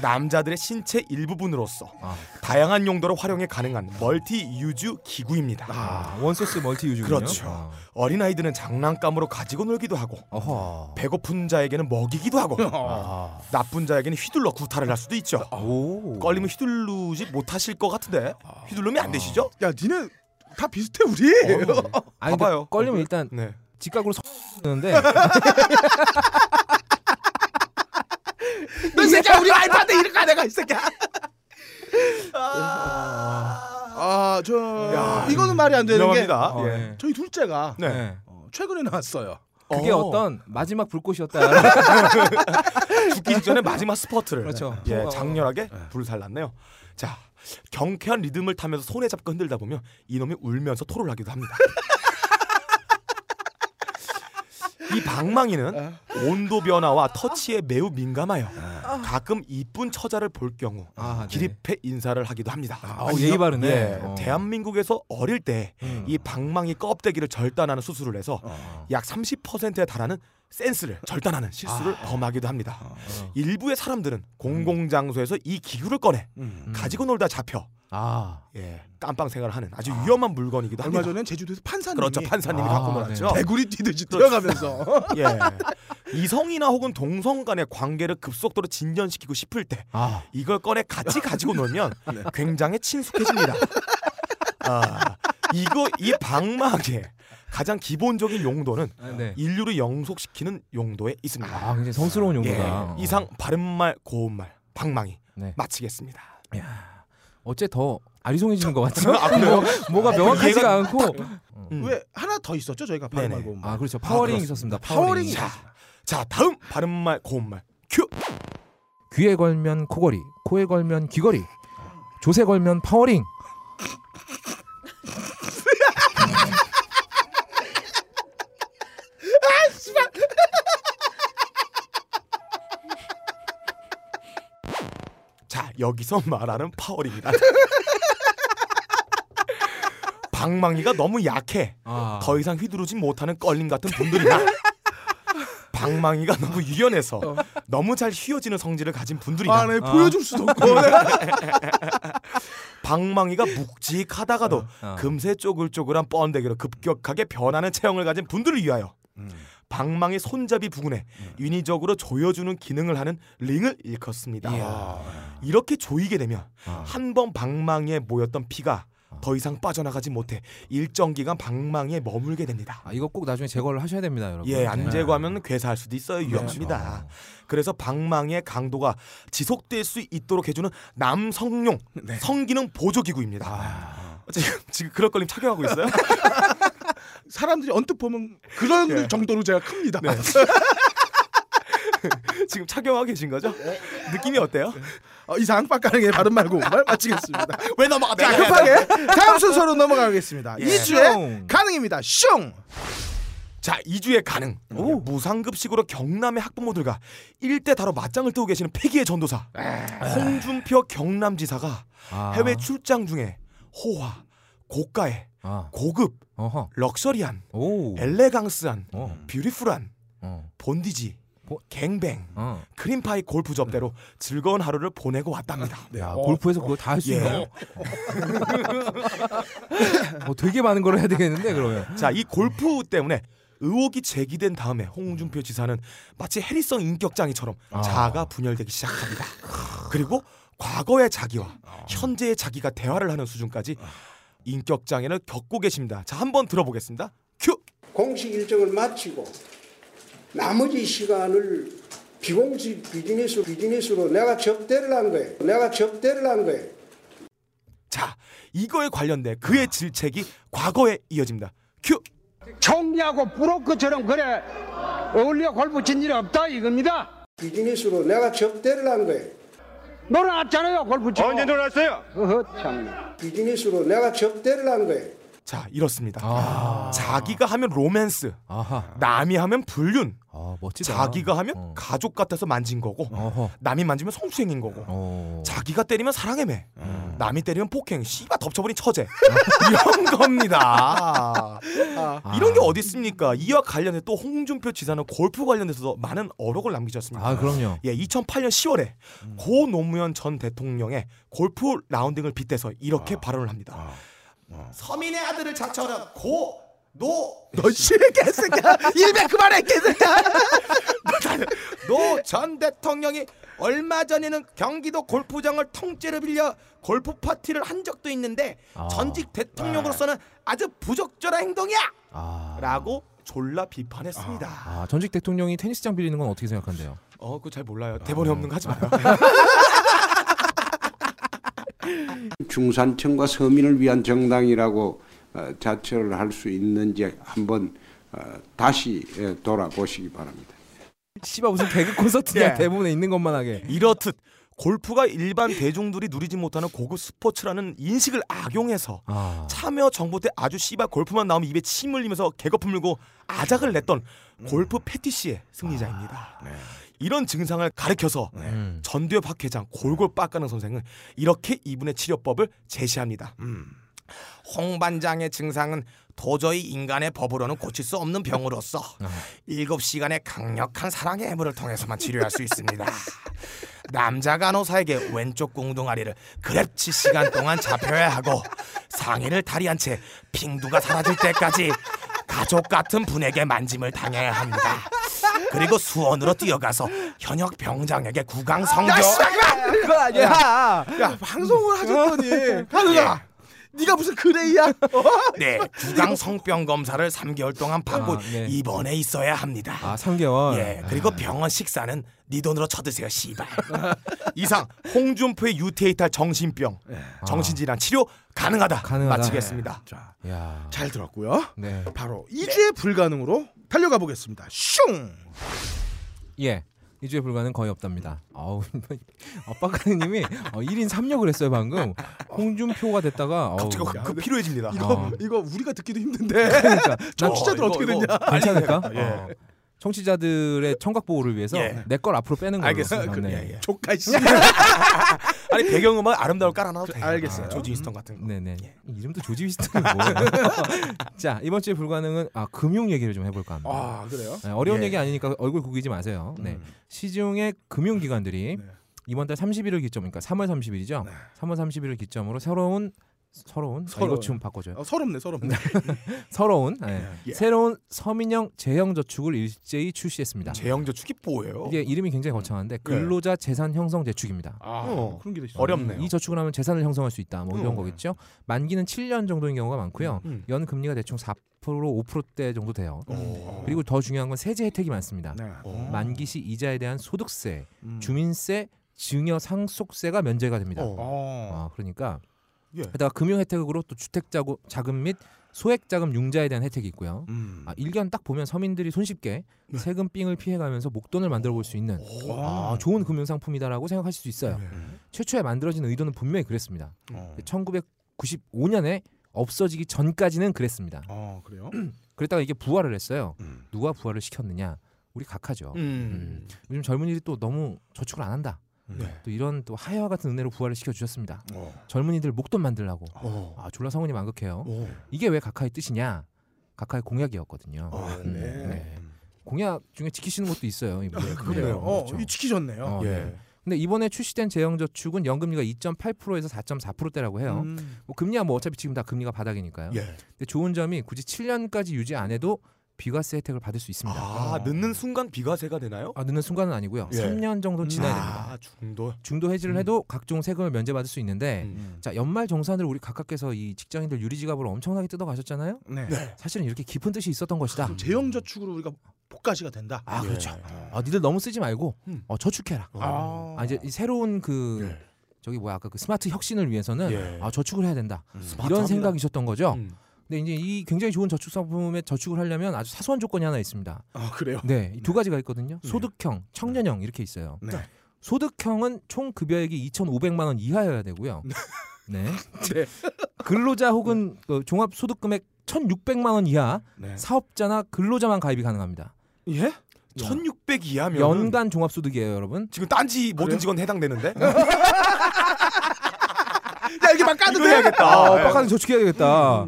남자들의 신체 일부분으로서
아.
다양한 용도로 활용이 가능한 멀티 유즈 기구입니다.
아, 원소스 멀티 유즈군요.
그렇죠.
아.
어린아이들은 장난감으로 가지고 놀기도 하고
어허.
배고픈 자에게는 먹이기도 하고
아.
나쁜 자에게는 휘둘러 구타를 할 수도
아.
있죠.
오.
걸리면 휘둘르지 못하실 것 같은데
아.
휘둘르면 안 되시죠?
야 니네 다 비슷해 우리.
어. 아니, 근데
봐봐요.
걸리면 일단
네.
직각으로 서 되는데
너 새끼야 우리 와이프한테 이렇게 내가 이 새끼야. 아, 저
야,
이거는 말이 안 되는 게 아,
유명합니다.
어,
예.
네.
저희 둘째가
네.
네.
어, 최근에 나왔어요.
그게
어.
어떤 마지막 불꽃이었다.
죽기 직전에 마지막 스퍼트를
그렇죠.
예, 장렬하게 불살랐네요. 자, 경쾌한 리듬을 타면서 손에 잡고 흔들다 보면 이놈이 울면서 토를 하기도 합니다. 이
아.
방망이는 온도 변화와 터치에 매우 민감하여 가끔 이쁜 처자를 볼 경우
아, 네.
기립해 인사를 하기도 합니다.
어, 예의 바르네.
예,
어.
대한민국에서 어릴 때 이
음.
방망이 껍데기를 절단하는 수술을 해서 약 30%에 달하는 센스를 절단하는 실수를
아.
범하기도 합니다.
어.
일부의 사람들은 공공장소에서 이 기구를 꺼내
음.
가지고 놀다 잡혀
아.
예, 깜빵 생활을 하는 아주 위험한 물건이기도
얼마
합니다.
전에 제주도에서 판사님이
그렇죠 판사님이 그렇죠.
아,
갖고
네.
놀았죠.
개구리 뛰듯이 뛰어가면서
예. 이성이나 혹은 동성 간의 관계를 급속도로 진전시키고 싶을 때
아.
이걸 꺼내 같이 가지고 놀면
네.
굉장히 친숙해집니다. 아, 이거 이 방막의 가장 기본적인 용도는
아, 네.
인류를 영속시키는 용도에
아,
있습니다.
굉장히 성스러운 용도다. 어.
예, 이상 바른말 고운말 방망이
네.
마치겠습니다.
어째 더 아리송해지는 것 같죠? 뭐,
아,
뭐가 명확하지가 않고.
음.
왜 하나 더 있었죠 저희가 바로
네네.
말고 뭐.
아, 그렇죠. 파워링
그렇습니다.
있었습니다. 파워링.
파워링이
자, 자 다음 바른말 고운말 큐.
귀에 걸면 코걸이, 코에 걸면 귀걸이, 조세 걸면 파워링.
자 여기서 말하는 파워링이다. 방망이가 너무 약해
아.
더 이상 휘두르지 못하는 껄림 같은 분들이나 방망이가 너무 유연해서 너무 잘 휘어지는 성질을 가진 분들이나
아, 네, 보여줄 수도 없고
방망이가 묵직하다가도
어.
금세 쪼글쪼글한 뻔데기로 급격하게 변하는 체형을 가진 분들을 위하여
음.
방망이 손잡이 부분에
네.
인위적으로 조여주는 기능을 하는 링을 일컫습니다. 이렇게 조이게 되면
어.
한 번 방망이에 모였던 피가 더 이상 빠져나가지 못해 일정 기간 방망이에 머물게 됩니다.
아, 이거 꼭 나중에 제거를 하셔야 됩니다, 여러분.
예, 안
네.
제거하면 괴사할 수도 있어요. 위험합니다. 그래서 방망이의 강도가 지속될 수 있도록 해주는 남성용
네.
성기능 보조기구입니다.
아.
지금 지금 그럴 걸림 착용하고 있어요?
사람들이 언뜻 보면 그런
예. 네.
정도로 제가 큽니다
지금 착용하고 계신 거죠? 느낌이 어때요?
어, 이상 빡가능의 바른 말고 말 마치겠습니다
왜 넘어가?
자 급하게 다음 순서로 넘어가겠습니다
아, 예.
네.
이주에
슝.
가능입니다 슝
자, 2주에 가능. 무상급식으로 경남의 학부모들과 일대 다로 맞짱을 뜨고 계시는 폐기의 전도사 홍준표 경남지사가
아.
해외 출장 중에 호화, 고가의
아.
고급,
어허.
럭셔리한,
오.
엘레강스한, 음.
어.
뷰티풀한,
어.
본디지, 뭐,
보-
갱뱅,
어.
크림파이 골프 접대로 즐거운 하루를 보내고 왔답니다.
야, 아, 어, 골프에서 그거 다 할 수
아, 예.
있나요? 어, 되게 많은 걸 해야 되겠는데 그러면.
자, 이 골프 때문에 의혹이 제기된 다음에 홍준표 지사는 마치 해리성 인격장애처럼 자아가 분열되기 시작합니다. 그리고 과거의 자기와 현재의 자기가 대화를 하는 수준까지 인격장애를 겪고 계십니다. 자, 한번 들어보겠습니다. 큐!
공식 일정을 마치고 나머지 시간을 비공식 비즈니스 비즈니스로 내가 적대를 한 거예요. 내가 적대를 한 거예요.
자, 이거에 관련된 그의 질책이 과거에 이어집니다. 큐!
총리하고 브로커처럼 그래 어울려 골프 친 일이 없다 이겁니다.
비즈니스로 내가 적대를 한 거예요.
놀아놨잖아요 골프 치고. 언제 놀았어요? 어허 참.
비즈니스로 내가 적대를 한 거예요.
자 이렇습니다.
아.
자기가 하면 로맨스,
아하.
남이 하면 불륜,
아, 멋지다.
자기가 하면
어.
가족 같아서 만진 거고,
어허.
남이 만지면 성추행인 거고,
어.
자기가 때리면 사랑의 매,
음.
남이 때리면 폭행, 씨바 덮쳐버린 처제 이런 겁니다.
아.
이런 게 어디 있습니까? 이와 관련해 또 홍준표 지사는 골프 관련해서도 많은 어록을 남기셨습니다.
아, 그럼요.
예, 2008년 10월에
음.
고 노무현 전 대통령의 골프 라운딩을 빗대서 이렇게
아,
발언을 합니다. 서민의 아들을 자처하는 고노
너씨 개새끼야 일배 그만해 개새끼야
노 전 대통령이 얼마 전에는 경기도 골프장을 통째로 빌려 골프 파티를 한 적도 있는데
아. 네.
전직 대통령으로서는 아주 부적절한 행동이야!
아.
라고 졸라 비판했습니다.
아, 전직 대통령이 테니스장 빌리는 건 어떻게 생각한대요?
어, 그거 잘 몰라요.
아.
대본에 없는 거 하지 마요.
중산층과 서민을 위한 정당이라고 어, 자처를 할 수 있는지 한번 어, 다시 예, 돌아보시기 바랍니다.
씨발 무슨 개그 콘서트냐
예.
대부분에 있는 것만 하게.
이렇듯 골프가 일반 대중들이 누리지 못하는 고급 스포츠라는 인식을 악용해서
아.
참여 정부 때 아주 씨발 골프만 나오면 입에 침 흘리면서 개거품 물고 아작을 냈던 골프 패티시의 승리자입니다. 이런 증상을 가리켜서
음.
전두엽 박 회장 골골 빡가는 선생은 이렇게 이분의 치료법을 제시합니다. 홍 반장의 증상은 도저히 인간의 법으로는 고칠 수 없는 병으로서
아.
일곱 시간의 강력한 사랑의 해물을 통해서만 치료할 수 있습니다. 남자 간호사에게 왼쪽 꽁둥아리를 그랩치 시간 동안 잡혀야 하고 상의를 다리한 채 핑두가 사라질 때까지 가족 같은 분에게 만짐을 당해야 합니다. 그리고 수원으로 뛰어가서 현역 병장에게 구강
아,
성교.
그거 아니야. 어?
야 방송을 하셨더니 가누나
예.
네가 무슨 그레이야
네, 구강 성병 검사를 3개월 동안 받고
아, 네.
입원해 있어야 합니다.
아, 3개월.
예, 그리고 병원 식사는 네 돈으로 쳐드세요, 씨발. 이상 홍준표의 유태이탈 정신병, 정신질환 치료 예. 아. 가능하다. 예.
가능하다.
마치겠습니다.
자,
야.
잘 들었고요
네.
바로 이주의 불가능으로 달려가 보겠습니다 슝
예. 이주의 불가는 거의 없답니다. 아우, 아빠가님이 어, 1인 3역을 했어요 방금. 홍준표가 됐다가 어우,
갑자기 그, 그 필요해집니다.
이거
아.
어.
이거 우리가 듣기도 힘든데
그러니까.
어,
청취자들
이거,
어떻게
이거.
됐냐
괜찮을까? 어. 청취자들의 청각 보호를 위해서
예.
내 걸 앞으로 빼는 걸로.
알겠습니다.
네.
예, 예.
조카 씨
아니 배경음악 아름다울 깔아놔도 돼요.
알겠어요.
아, 조지 스턴 같은 거.
네네. 이 이름도 조지 비슷한 거. 자 이번 주에 불가능은 아 금융 얘기를 좀 해볼까 합니다.
아 그래요
네, 어려운
예.
얘기 아니니까 얼굴 구기지 마세요. 네. 시중의 금융기관들이 이번 달 30일을 기점, 그러니까 3월 30일이죠. 3월 30일을 기점으로 새로운 서러운 아, 이거
서러워요.
좀 바꿔줘요.
어, 서럽네 서럽네
서러운 예. 새로운 서민형 재형 저축을 일제히 출시했습니다.
음. 재형저축이 뭐예요?
이게 이름이 굉장히 거창한데 근로자 재산 형성 저축입니다.
아
어.
그런 게 있어
어렵네요.
이 저축을 하면 재산을 형성할 수 있다. 뭐 이런
음.
거겠죠. 만기는 7년 정도인 경우가 많고요.
음.
연 금리가 대충 4% 5%대 정도 돼요.
오.
그리고 더 중요한 건 세제 혜택이 많습니다.
네.
어.
음. 만기 시 이자에 대한 소득세,
음.
주민세, 증여 상속세가 면제가 됩니다.
어.
어.
아, 그러니까
예.
게다가 금융 혜택으로 또 주택 자구- 자금 및 소액 자금 융자에 대한 혜택이 있고요.
음.
아, 일견 딱 보면 서민들이 손쉽게 세금 빙을 피해가면서 목돈을 만들어 볼 수 있는 아, 좋은 금융 상품이다라고 생각하실 수 있어요.
네.
최초에 만들어진 의도는 분명히 그랬습니다.
어.
1995년에 없어지기 전까지는 그랬습니다.
어 그래요
음.
그랬다가 이게 부활을 했어요.
음.
누가 부활을 시켰느냐? 우리 각하죠.
음.
요즘 젊은이들이 또 너무 저축을 안 한다.
네.
또 이런 또 하야와 같은 은혜로 부활을 시켜 주셨습니다.
어.
젊은이들 목돈 만들라고.
어.
아 졸라 성운이 만극해요.
오.
어.
이게 왜 각하의 뜻이냐? 각하의 공약이었거든요.
아,
음,
네.
공약 중에 지키시는 것도 있어요. 이분이. 네,
그래요 어
그렇죠.
이 지키셨네요
어,
예.
네. 근데 이번에 출시된 재형저축은 연금리가 2.8%에서 4.4%대라고 해요.
음.
뭐 금리야 뭐 어차피 지금 다 금리가 바닥이니까요.
예.
근데 좋은 점이 굳이 7년까지 유지 안 해도 비과세 혜택을 받을 수 있습니다.
아 늦는 순간 비과세가 되나요?
아, 늦는 순간은 아니고요.
예.
3년 정도
음.
지나야 됩니다.
아 중도.
중도 해지를 해도 각종 세금을 면제받을 수 있는데
음.
자 연말 정산을 우리 각각께서 이 직장인들 유리지갑으로 엄청나게 뜯어가셨잖아요.
네.
사실은 이렇게 깊은 뜻이 있었던 것이다.
제형 음. 저축으로 우리가 복가시가 된다. 네.
아
예.
그렇죠. 아 니들 너무 쓰지 말고
음.
어, 저축해라.
아,
아 이제 이 새로운 그
예.
저기 뭐야 아까 그 스마트 혁신을 위해서는
예.
아 저축을 해야 된다. 이런
스마트합니다.
생각이셨던 거죠.
음.
근데 이제 이 굉장히 좋은 저축 상품에 저축을 하려면 아주 사소한 조건이 하나 있습니다.
아, 그래요?
네, 이두 가지가 있거든요. 소득형, 청년형 이렇게 있어요.
네.
소득형은 총 급여액이 2,500만 원 이하여야 되고요. 네. 근로자 혹은 그 종합소득금액 1,600만 원 이하
네.
사업자나 근로자만 가입이 가능합니다.
예? 1,600 이하면
연간 종합소득이에요, 여러분.
지금 딴지 모든 직원 해당되는데?
야 이게 막 까도
이거 해야겠다.
아,
예.
빡가는 저축해야겠다.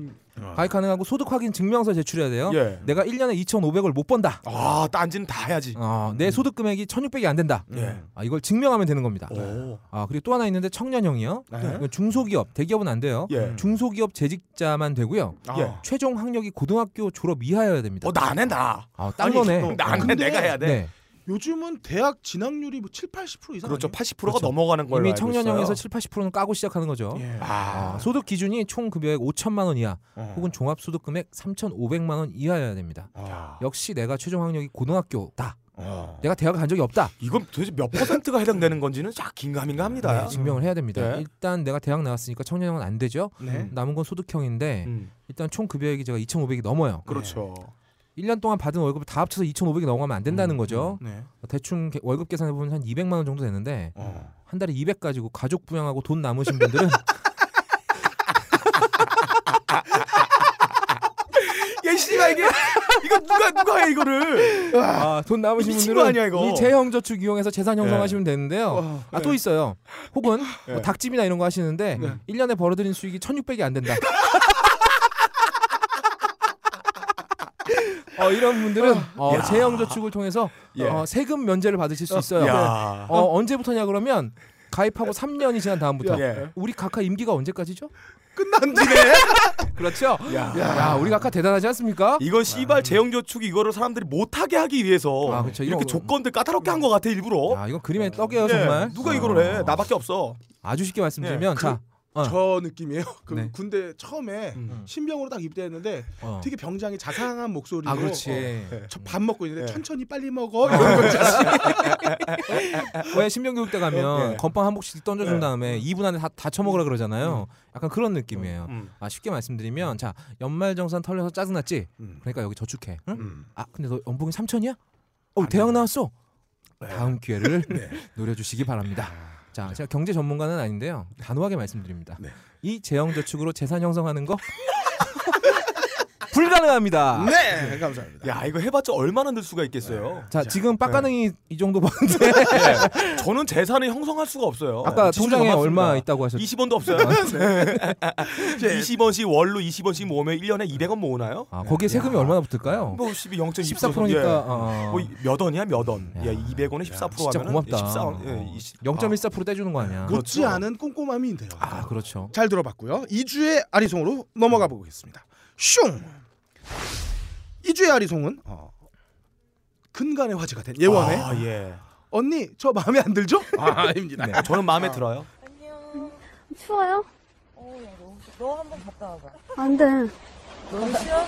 가입 가능하고 소득 확인 증명서 제출해야 돼요.
음. 아. 예.
내가 1년에 2,500을 못 번다.
아, 딴지는 다 해야지.
어, 내 소득 금액이 1,600이 안 된다.
음. 예.
아, 이걸 증명하면 되는 겁니다.
오. 네.
아 그리고 또 하나 있는데 청년형이요. 이건 중소기업 대기업은 안 돼요.
예.
중소기업 재직자만 되고요.
예.
최종 학력이 고등학교 졸업 이하여야 됩니다.
어, 나안 해, 나.
아, 딴 거네.
나안 해,
근데-
내가 해야 돼.
네.
요즘은 대학 진학률이 뭐 7, 80% 이상
그렇죠.
아니에요?
80%가
그렇죠.
넘어가는 걸로
이미
알고 있어요.
청년형에서 7, 80%는 까고 시작하는 거죠.
예.
아, 어.
아, 소득 기준이 총 급여액 5천만 원 이하, 혹은 종합 소득 금액 3,500만 원 이하여야 됩니다.
아.
역시 내가 최종 학력이 고등학교다.
어.
내가 대학 간 적이 없다.
이건 도대체 몇 퍼센트가 해당되는 건지는 쫙 긴가민가합니다.
네, 증명을 해야 됩니다.
네.
일단 내가 대학 나왔으니까 청년형은 안 되죠. 음,
네.
남은 건 소득형인데
예. 음,
일단 총 급여액이 제가 2,500이 넘어요.
그렇죠.
1년 동안 받은 월급을 다 합쳐서 2,500이 넘어가면 안
음,
된다는 거죠.
네.
대충 개- 월급 계산해 보면 한 200만 원 정도 되는데
어.
한 달에 200 가지고 가족 부양하고 돈 남으신 분들은
야, 씨발 이게 이거 누가 누가 해 이거를?
아, 돈 남으신
미친
분들은
거 네. 아니야, 이거.
이 재형 저축 이용해서 재산 형성하시면 되는데요. 아, 또 있어요. 혹은
예.
뭐 닭집이나 이런 거 하시는데
네.
1년에 벌어들인 수익이 1,600이 안 된다. 어, 이런 분들은 어,
야.
재형 저축을 통해서
예.
어, 세금 면제를 받으실 수 있어요.
야.
어, 언제부터냐 그러면 가입하고 3년이 지난 다음부터
예.
우리 각하 임기가 언제까지죠?
난지네.
그렇죠.
야.
야, 우리 각하 대단하지 않습니까?
이건 씨발 재형저축 이거를 사람들이 못하게 하기 위해서
예. 아, 그쵸.
이렇게
이거-
조건들 까다롭게 한 것 같아 일부러.
야, 이건 그림의 떡이에요,
어? 예,
정말.
누가 이걸 해?
어.
나밖에 없어.
아주 쉽게 말씀드리면
예,
자, 어.
저 느낌이에요. 그
네.
군대 처음에 신병으로 딱 입대했는데
그
어.
되게 병장이 자상한 목소리로 어,
아, 그렇지. 음.
저밥 먹고 있는데
네.
천천히 빨리 먹어 이런 거 있잖아.
왜 신병교육대 가면
어. 예.
건빵 한 복씩 던져준 다음에 2분 안에 다, 다 쳐먹으라 그러잖아요. 약간 그런 느낌이에요.
음.
아 쉽게 말씀드리면 자 연말정산 털려서 짜증났지.
음.
그러니까 여기 저축해. 응?
음.
아 근데 너 연봉이 3천이야? 어 대학 나왔어.
네.
예.
다음 기회를
네.
노려주시기 바랍니다.
아,
자 제가 경제 전문가는 아닌데요. 단호하게 말씀드립니다.
네.
이 재형 저축으로 재산 형성하는 거 불가능합니다.
네, 감사합니다.
야 이거 해봤자 얼마나 늘 수가 있겠어요.
자 지금 빡가능이
네.
이 정도 봤는데
예. 저는 재산을 형성할 수가 없어요.
네.
예,
아까
지수
통장에
넘었습니다.
얼마 있다고 하셨죠? 아,
20원도 없어요. 네. 20원씩 월로 20원씩 모으면 1년에 200원 모으나요?
아 거기에 세금이 얼마나 붙을까요?
뭐 12,
14%니까
예.
어,
예. 뭐몇 원이야 몇 원?
야.
야, 200원에 14%
진짜
하면은
고맙다.
14원. 예, 20,
0.14% 떼주는 거 아니야?
못지 않은 꼼꼼함이 돼요.
아 그렇죠.
그렇죠. 잘 들어봤고요. 2주의 아리송으로 넘어가 보겠습니다. 슝! 2주의 아리송은 어, 근간의 화제가 된 예원의
아, 예.
언니 저 마음에 안 들죠? 아입니다.
네.
아, 저는 마음에 들어요.
추워요?
어, 너 한번 갔다 와봐.
안 돼.
너는 싫어?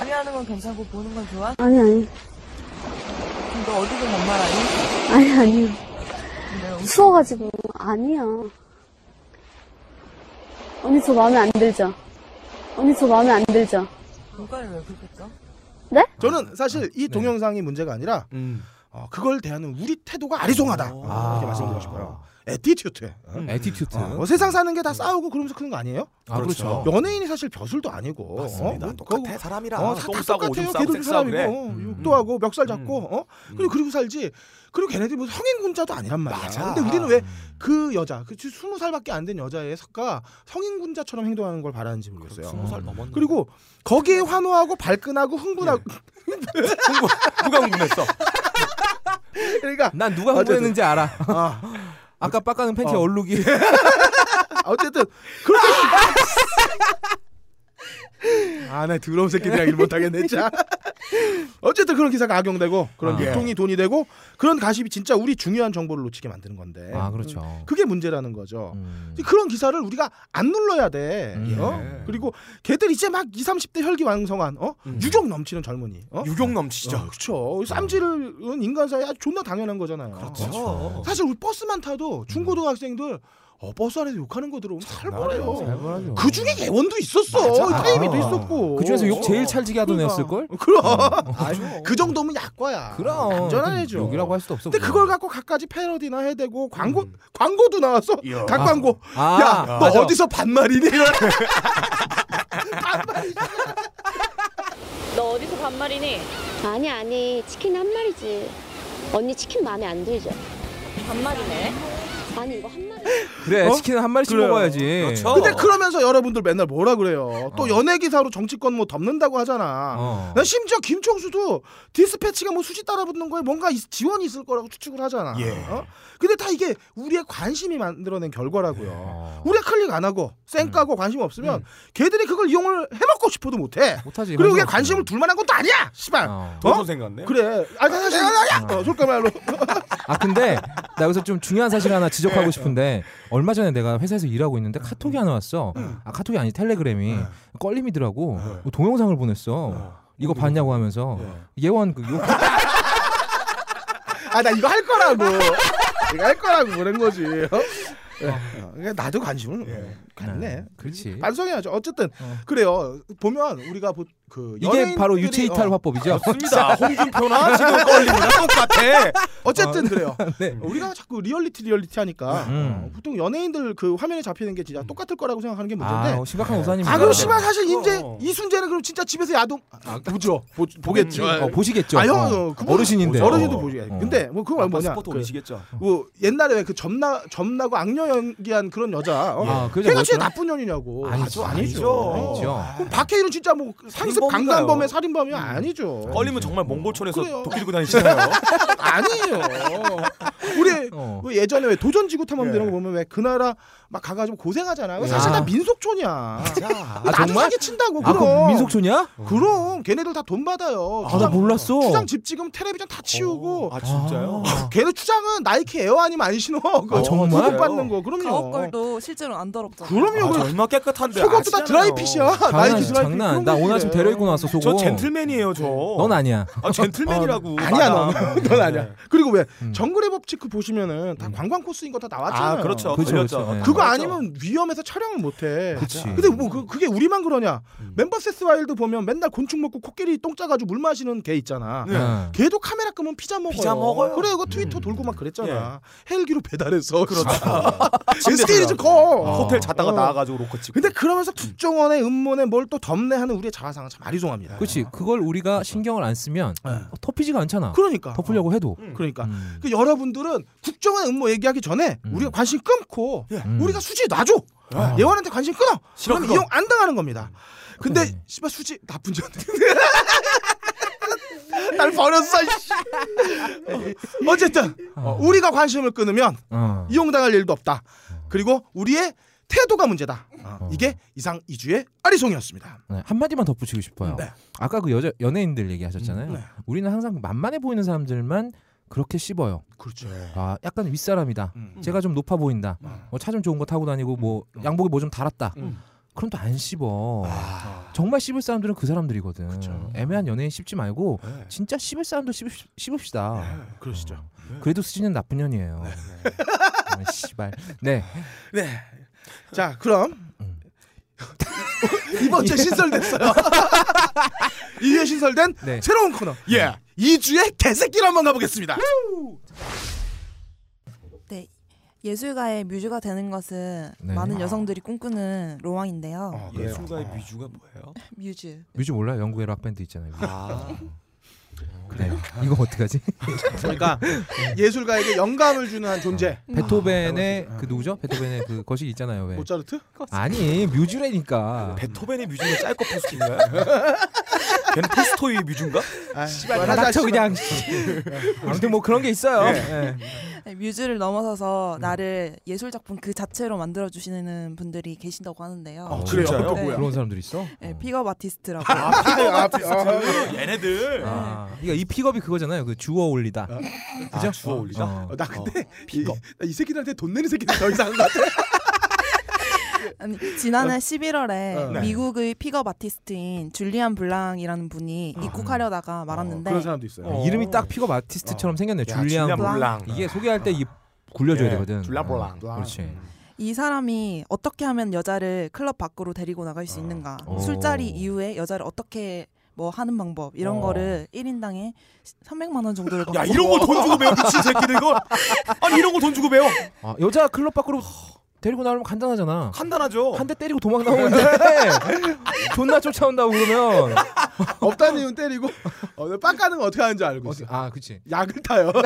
아니 하는 건 괜찮고 보는 건 좋아?
아니, 아니.
그럼 너 어디든 엄마라 니 네,
아니, 아니요.
근데
추워가지고. 아니야. 언니, 저 마음에 안 들죠? 언니, 저 마음에 안 들죠?
눈깔이 왜 그렇게 떠?
저는 사실 이 동영상이 문제가 아니라
음.
어, 그걸 대하는 우리 태도가 아리송하다
아.
이렇게 말씀드리고 싶어요. 에티튜드.
음.
에티튜드.
어, 뭐 세상 사는 게 다 싸우고 그러면서 크는 거 아니에요?
아 그렇죠.
연예인이 사실 벼슬도 아니고
맞습니다.
어? 뭐
똑같아
그거-
사람이랑
어,
똥
다
싸고
똑같아요.
오줌
걔도 그
싸고 섹 싸고 그래. 음,
사람이고 욕도 하고 멱살 잡고 어 그리고 그리고 살지 그리고 걔네들이 뭐 성인군자도 아니란 말이야.
맞아.
근데 우리는 왜 그 여자 그 스무 살밖에 안 된 여자의 석가 성인군자처럼 행동하는 걸 바라는지 모르겠어요.
스무 살 넘었네.
그리고 거기에 환호하고 발끈하고 흥분하고
흥분, 누가 흥분했어? 네.
그러니까
난 누가
어쨌든.
홍보했는지 알아.
아,
아까 빡가는 팬티
어.
얼룩이.
어쨌든 그렇게 아나 더러운 새끼들이랑 일 못하겠네 진짜 어쨌든 그런 기사가 악용되고 그런
아.
네.
유통이 돈이 되고 그런 가십이 진짜 우리 중요한 정보를 놓치게 만드는 건데
아 그렇죠.
그게 문제라는 거죠.
음.
근데 그런 기사를 우리가 안 눌러야 돼.
음.
어? 그리고 걔들 이제 막 20, 30대 혈기 왕성한 어?
음.
유격 넘치는 젊은이. 어?
유격 넘치죠.
그렇죠. 쌈질은 인간 사회 아주 존나 당연한 거잖아요.
그렇죠.
사실 우리 버스만 타도 중고등학생들 어, 버스 안에서 욕하는 거 들어오면 살벌해요.
살벌하죠.
그 중에 예원도 있었어. 그
맞아.
타이미도
아.
있었고.
그 중에서 욕 제일 찰지게 하던
그러니까.
애였을걸? 어.
그럼. 그 정도면 약과야.
그럼.
음, 안전한 애죠.
욕이라고 할 수도 없어.
근데 그걸 갖고 갖가지 패러디나 해대고 광고 광고도 나왔어. 닭
아.
광고.
음. 아,
야, 너
맞아.
어디서 반말이니?
너 어디서 반말이니?
아니 아니 치킨 한 마리지 언니 치킨 마음에 안 들죠?
반말이네.
아니 이거 한 마리
그래 치킨 한 마리씩
어? 그래요. 그렇죠.
먹어야지.
근데 그러면서 여러분들 맨날 뭐라 그래요? 또 연예 기사로 정치권 뭐 덮는다고 하잖아.
어.
난 심지어 김총수도 디스패치가 뭐 수지 따라붙는 거에 뭔가 이- 지원이 있을 거라고 추측을 하잖아.
예.
어? 근데 다 이게 우리의 관심이 만들어낸
예.
결과라고요. 우리가 클릭 안 하고
음.
쌩까고 관심 없으면 걔들이 그걸 이용을 해먹고 싶어도 못해.
못하지.
그리고 이게
해먹을
관심을 둘 만한 것도 아니야. 씨발.
어.
도선생 같네.
그래. 아, 사실 어, 솔까말로.
아 근데 나 여기서 좀 중요한 사실 하나
네.
지적하고 싶은데 얼마 전에 내가 회사에서 일하고
음.
있는데 카톡이 하나 왔어. 아 카톡이 아니 텔레그램이
네.
껄림이더라고. 뭐 동영상을 보냈어. 이거 봤냐고 하면서
네.
예원 그 욕.
아 나 이거 할 거라고 이거 할 거라고 그런 거지 어? 예. 어, 그러니까 나도 관심은
예.
예.
갔네
그렇지.
반성해야죠 어쨌든 그래요 보면 우리가 보, 그
이게
연예인들이-
바로 유체 이탈
어. 아,
화법이죠.
그렇습니다.
어, 홍준표나 지금 껄림이나 똑같아.
어쨌든
어.
그래요
네. 음.
우리가 자꾸 리얼리티 리얼리티 하니까 어, 보통 연예인들 그 화면에 잡히는 게 진짜 똑같을 거라고 생각하는 게 문제인데
아, 어, 심각한 오산입니다.
아 그럼 씨발 사실 이제 이순재는 그럼 진짜 집에서 야동 아, 보죠 보, 보겠지
어, 보시겠죠.
아, 형,
어.
어, 그건
어르신인데.
어르신도
어.
보지.
어.
근데 뭐 그거 말고 뭐냐.
스포트
그,
올리시겠죠.
뭐 옛날에 그 점나 점나고 악녀 연기한 그런 여자. 어?
예. 아, 그 여자
걔가 진짜
뭐였더라?
나쁜 년이냐고.
아니죠,
아,
아니죠.
아니죠.
아니죠.
그럼 박해일은 진짜 뭐 상습
살인범인가요?
강간범의 살인범이
음.
아니죠.
껄림은 정말 몽골촌에서 도끼 들고 다니시나요? 아,
아니에요. 우리
어.
그 예전에 왜 도전지구 탐험 이런 거 보면 왜 그 나라 막 가가지고 고생하잖아.
예.
사실 다
아.
민속촌이야.
아,
나도
정말?
사기 친다고
아, 그거
그럼.
민속촌이야?
그럼 걔네들 다 돈 받아요.
아, 나 어.
추장-
몰랐어.
추장 집 지금 텔레비전 다 치우고.
아 진짜요?
걔네 추장은 나이키 에어 아니면 안 신어. 그거
아, 정말?
구독 받는 거. 그럼요.
가옥걸도 실제로 안 더럽잖아.
그럼요.
아,
그럼
얼마 깨끗한데.
속옷도 다
아시잖아요.
드라이핏이야. 나이키 드라이핏.
장난. 나 오늘 아침 데려 입고 나왔어 속옷.
저 젠틀맨이에요 저.
넌 아니야.
아 젠틀맨이라고.
아니야 너.
맞아.
넌 아니야. 그리고 왜 정글의 법칙 그 보시면은 다 관광 코스인 거 다 나왔잖아요.
아, 그렇죠.
그렇죠, 걸렸죠. 그렇죠. 네.
그거
맞아.
아니면 위험해서 촬영을 못 해.
그치.
근데 뭐 그, 그게 우리만 그러냐? 멤버 세스 와일드 보면 맨날 곤충 먹고 코끼리 똥 짜가지고 물 마시는 걔 있잖아.
네.
걔도 카메라 끄면 피자 먹어요.
피자 먹어요.
그래 그거 트위터 돌고 막 그랬잖아. 헬기로 배달해서. 그렇죠.
침대
스케일이 좀
들어가고.
커.
아, 호텔 자다가
어.
나와가지고 로커 찍고.
근데 그러면서 국정원의 음모에 뭘 또 덤내하는 우리의 자화상은 참 아리송합니다.
그렇지. 그걸 우리가 신경을 안 쓰면 어, 덮이지가 않잖아.
네. 그러니까.
덮으려고 음. 해도.
그러니까. 그 여러분들은 국정원 음모 얘기하기 전에 우리가 관심 끊고
음.
우리가 수지 놔줘 예원한테 관심 끊어
싫어,
그럼
그거.
이용 안 당하는 겁니다 근데 씨발 수지 나쁜 년 날 버렸어 씨. 어쨌든 우리가 관심을 끊으면
어.
이용당할 일도 없다 그리고 우리의 태도가 문제다 어, 이게 이상 이주의 아리송이었습니다
네, 한 마디만 덧붙이고 싶어요.
네.
아까 그 여자 연예인들
음,
얘기하셨잖아요. 우리는 항상 만만해 보이는 사람들만 그렇게 씹어요.
그렇죠.
아, 약간 윗사람이다.
음.
제가 좀 높아 보인다. 뭐 차 좀 좋은 거 타고 다니고 뭐 양복이 뭐 좀 달았다.
음.
그럼 또 안 씹어.
아.
정말 씹을 사람들은 그 사람들이거든. 애매한 연예인 씹지 말고
네.
진짜 씹을 사람도 씹읍, 씹읍시다.
그러시죠.
그래도 수지는 나쁜 년이에요. 네. 씨발. 네.
네. 자, 그럼
음.
이번 주에 신설됐어요. 이주에 신설된
네.
새로운 코너.
예.
이주의 개새끼로 한번 가보겠습니다.
네. 예술가의 뮤즈가 되는 것은
네.
많은
아.
여성들이 꿈꾸는 로망인데요.
어.
예술가의 뮤즈가 뭐예요?
뮤즈.
뮤즈 몰라요? 영국의 락밴드 있잖아요.
아.
그래. 이거 어떡하지?
그러니까 예술가에게 영감을 주는 한
아,
존재.
베토벤의 그 누구죠? 베토벤의 그 거식 있잖아요. 왜?
모차르트?
그렇죠. 아니 뮤즈라니까.
네. 베토벤의 뮤즈는 짧고 포스트인가요? 걔는 포스토이 뮤즈인가?
아, 씨발, 하자,
닥쳐
씨발.
아, 그냥. 아무튼 뭐 그런 게 있어요.
예.
네, 뮤즈를 넘어서서 나를 예술 작품 그 자체로 만들어 주시는 분들이 계신다고 하는데요.
어,
그래요?
진짜요?
또 뭐야?
그런 사람들이 있어?
네, 픽업 아티스트라고.
얘네들.
아, 그러니까 이 픽업이 그거잖아요. 그 주워 올리다.
아,
그죠?
주워 올리다?
어.
나 근데 이, 나이 새끼들한테 돈 내는 새끼들 더 이상한 것 같아.
아니, 지난해 11월에
어. 네.
미국의 픽업 아티스트인 줄리안 블랑이라는 분이 입국하려다가 말았는데
그런 사람도 있어요.
아, 이름이 딱 픽업 아티스트처럼 생겼네.
야,
줄리안
줄리안 블랑.
이게 소개할 때 입 굴려줘야
예,
되거든.
줄리안
어,
블랑.
그렇지.
이 사람이 어떻게 하면 여자를 클럽 밖으로 데리고 나갈 수 있는가
오.
술자리 이후에 여자를 어떻게 뭐 하는 방법 이런
어.
거를 1인당에 300만 원 정도를
야 이런 거 돈 주고 배워 미친 새끼들 이거 아니 이런 거 돈 주고 배워
아, 여자 클럽 밖으로 데리고 나오면 간단하잖아.
간단하죠.
한 대 때리고 도망 나오는데 존나 쫓아온다고 그러면
없다님은 때리고 어, 빡 가는 거 어떻게 하는지 알고 있어.
아, 그치.
약을 타요.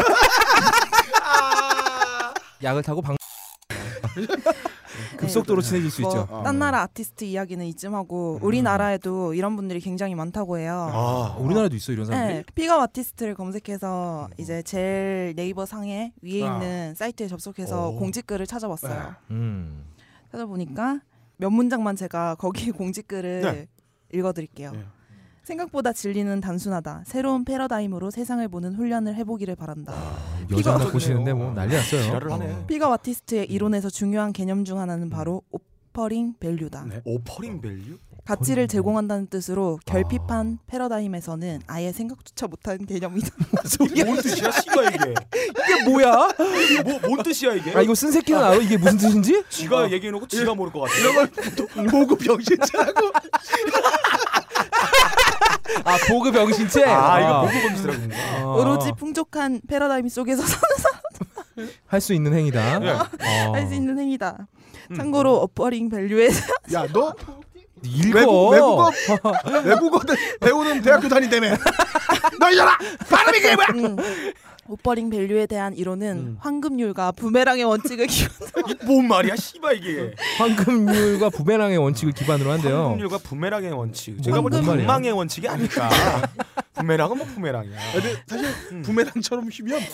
약을 타고 방
네,
급속도로 친해질 수 있죠. 음.
딴 나라 아티스트 이야기는 이쯤 하고 우리나라에도 이런 분들이 굉장히 많다고 해요.
아, 예. 우리나라도 있어 이런 사람들이.
네, 픽업 아티스트를 검색해서 이제 제일 네이버 상에 위에
음. 아.
있는 사이트에 접속해서
오.
공지글을 찾아봤어요.
음.
찾아보니까 몇 문장만 제가 거기 공지글을
네. 예.
읽어드릴게요. 생각보다 진리는 단순하다. 새로운 패러다임으로 세상을 보는 훈련을 해보기를 바란다.
아. 여자 하나 보시는데 뭐 난리 났어요.
지랄을 하네.
어.
픽업 아티스트의 이론에서 중요한 개념 중 하나는 바로 오퍼링 밸류다.
네.
네.
오퍼링 밸류?
어.
가치를 제공한다는 뜻으로
아.
결핍한 패러다임에서는 아예 생각조차 못하는 개념이다.
뭔 뜻이야 씨발 이게
이게 뭐야?
뭐뭔 뜻이야 이게
아 이거 쓴 새끼는 알아? 이게 무슨 뜻인지?
지가 얘기해놓고 지가 모를 것 같아
이런 걸 보고 병신체라고
아 보급 병신체. 어.
아, 이거 보급 병신체라고.
아.
오로지 풍족한 패러다임 속에서 사는
할수 있는 행위다.
네.
예.
어. 음.
할 수 있는 행위다. 참고로 어퍼링 밸류에
야너
읽어.
외국, 외국어 외국어 배우는 대학교 다니다며. 너희들아 발음이 그게 뭐야?
오퍼링 밸류에 대한 이론은
음.
황금률과 부메랑의 원칙을 기반으로
뭔 말이야 씨발 이게
황금률과 부메랑의 원칙을 기반으로 한대요.
확률과 부메랑의 원칙 제가
어. 뭔
볼때
말이야?
방망의 원칙이 아닐까 부메랑은 뭐 부메랑이야
아, 근데 사실 부메랑처럼 휘면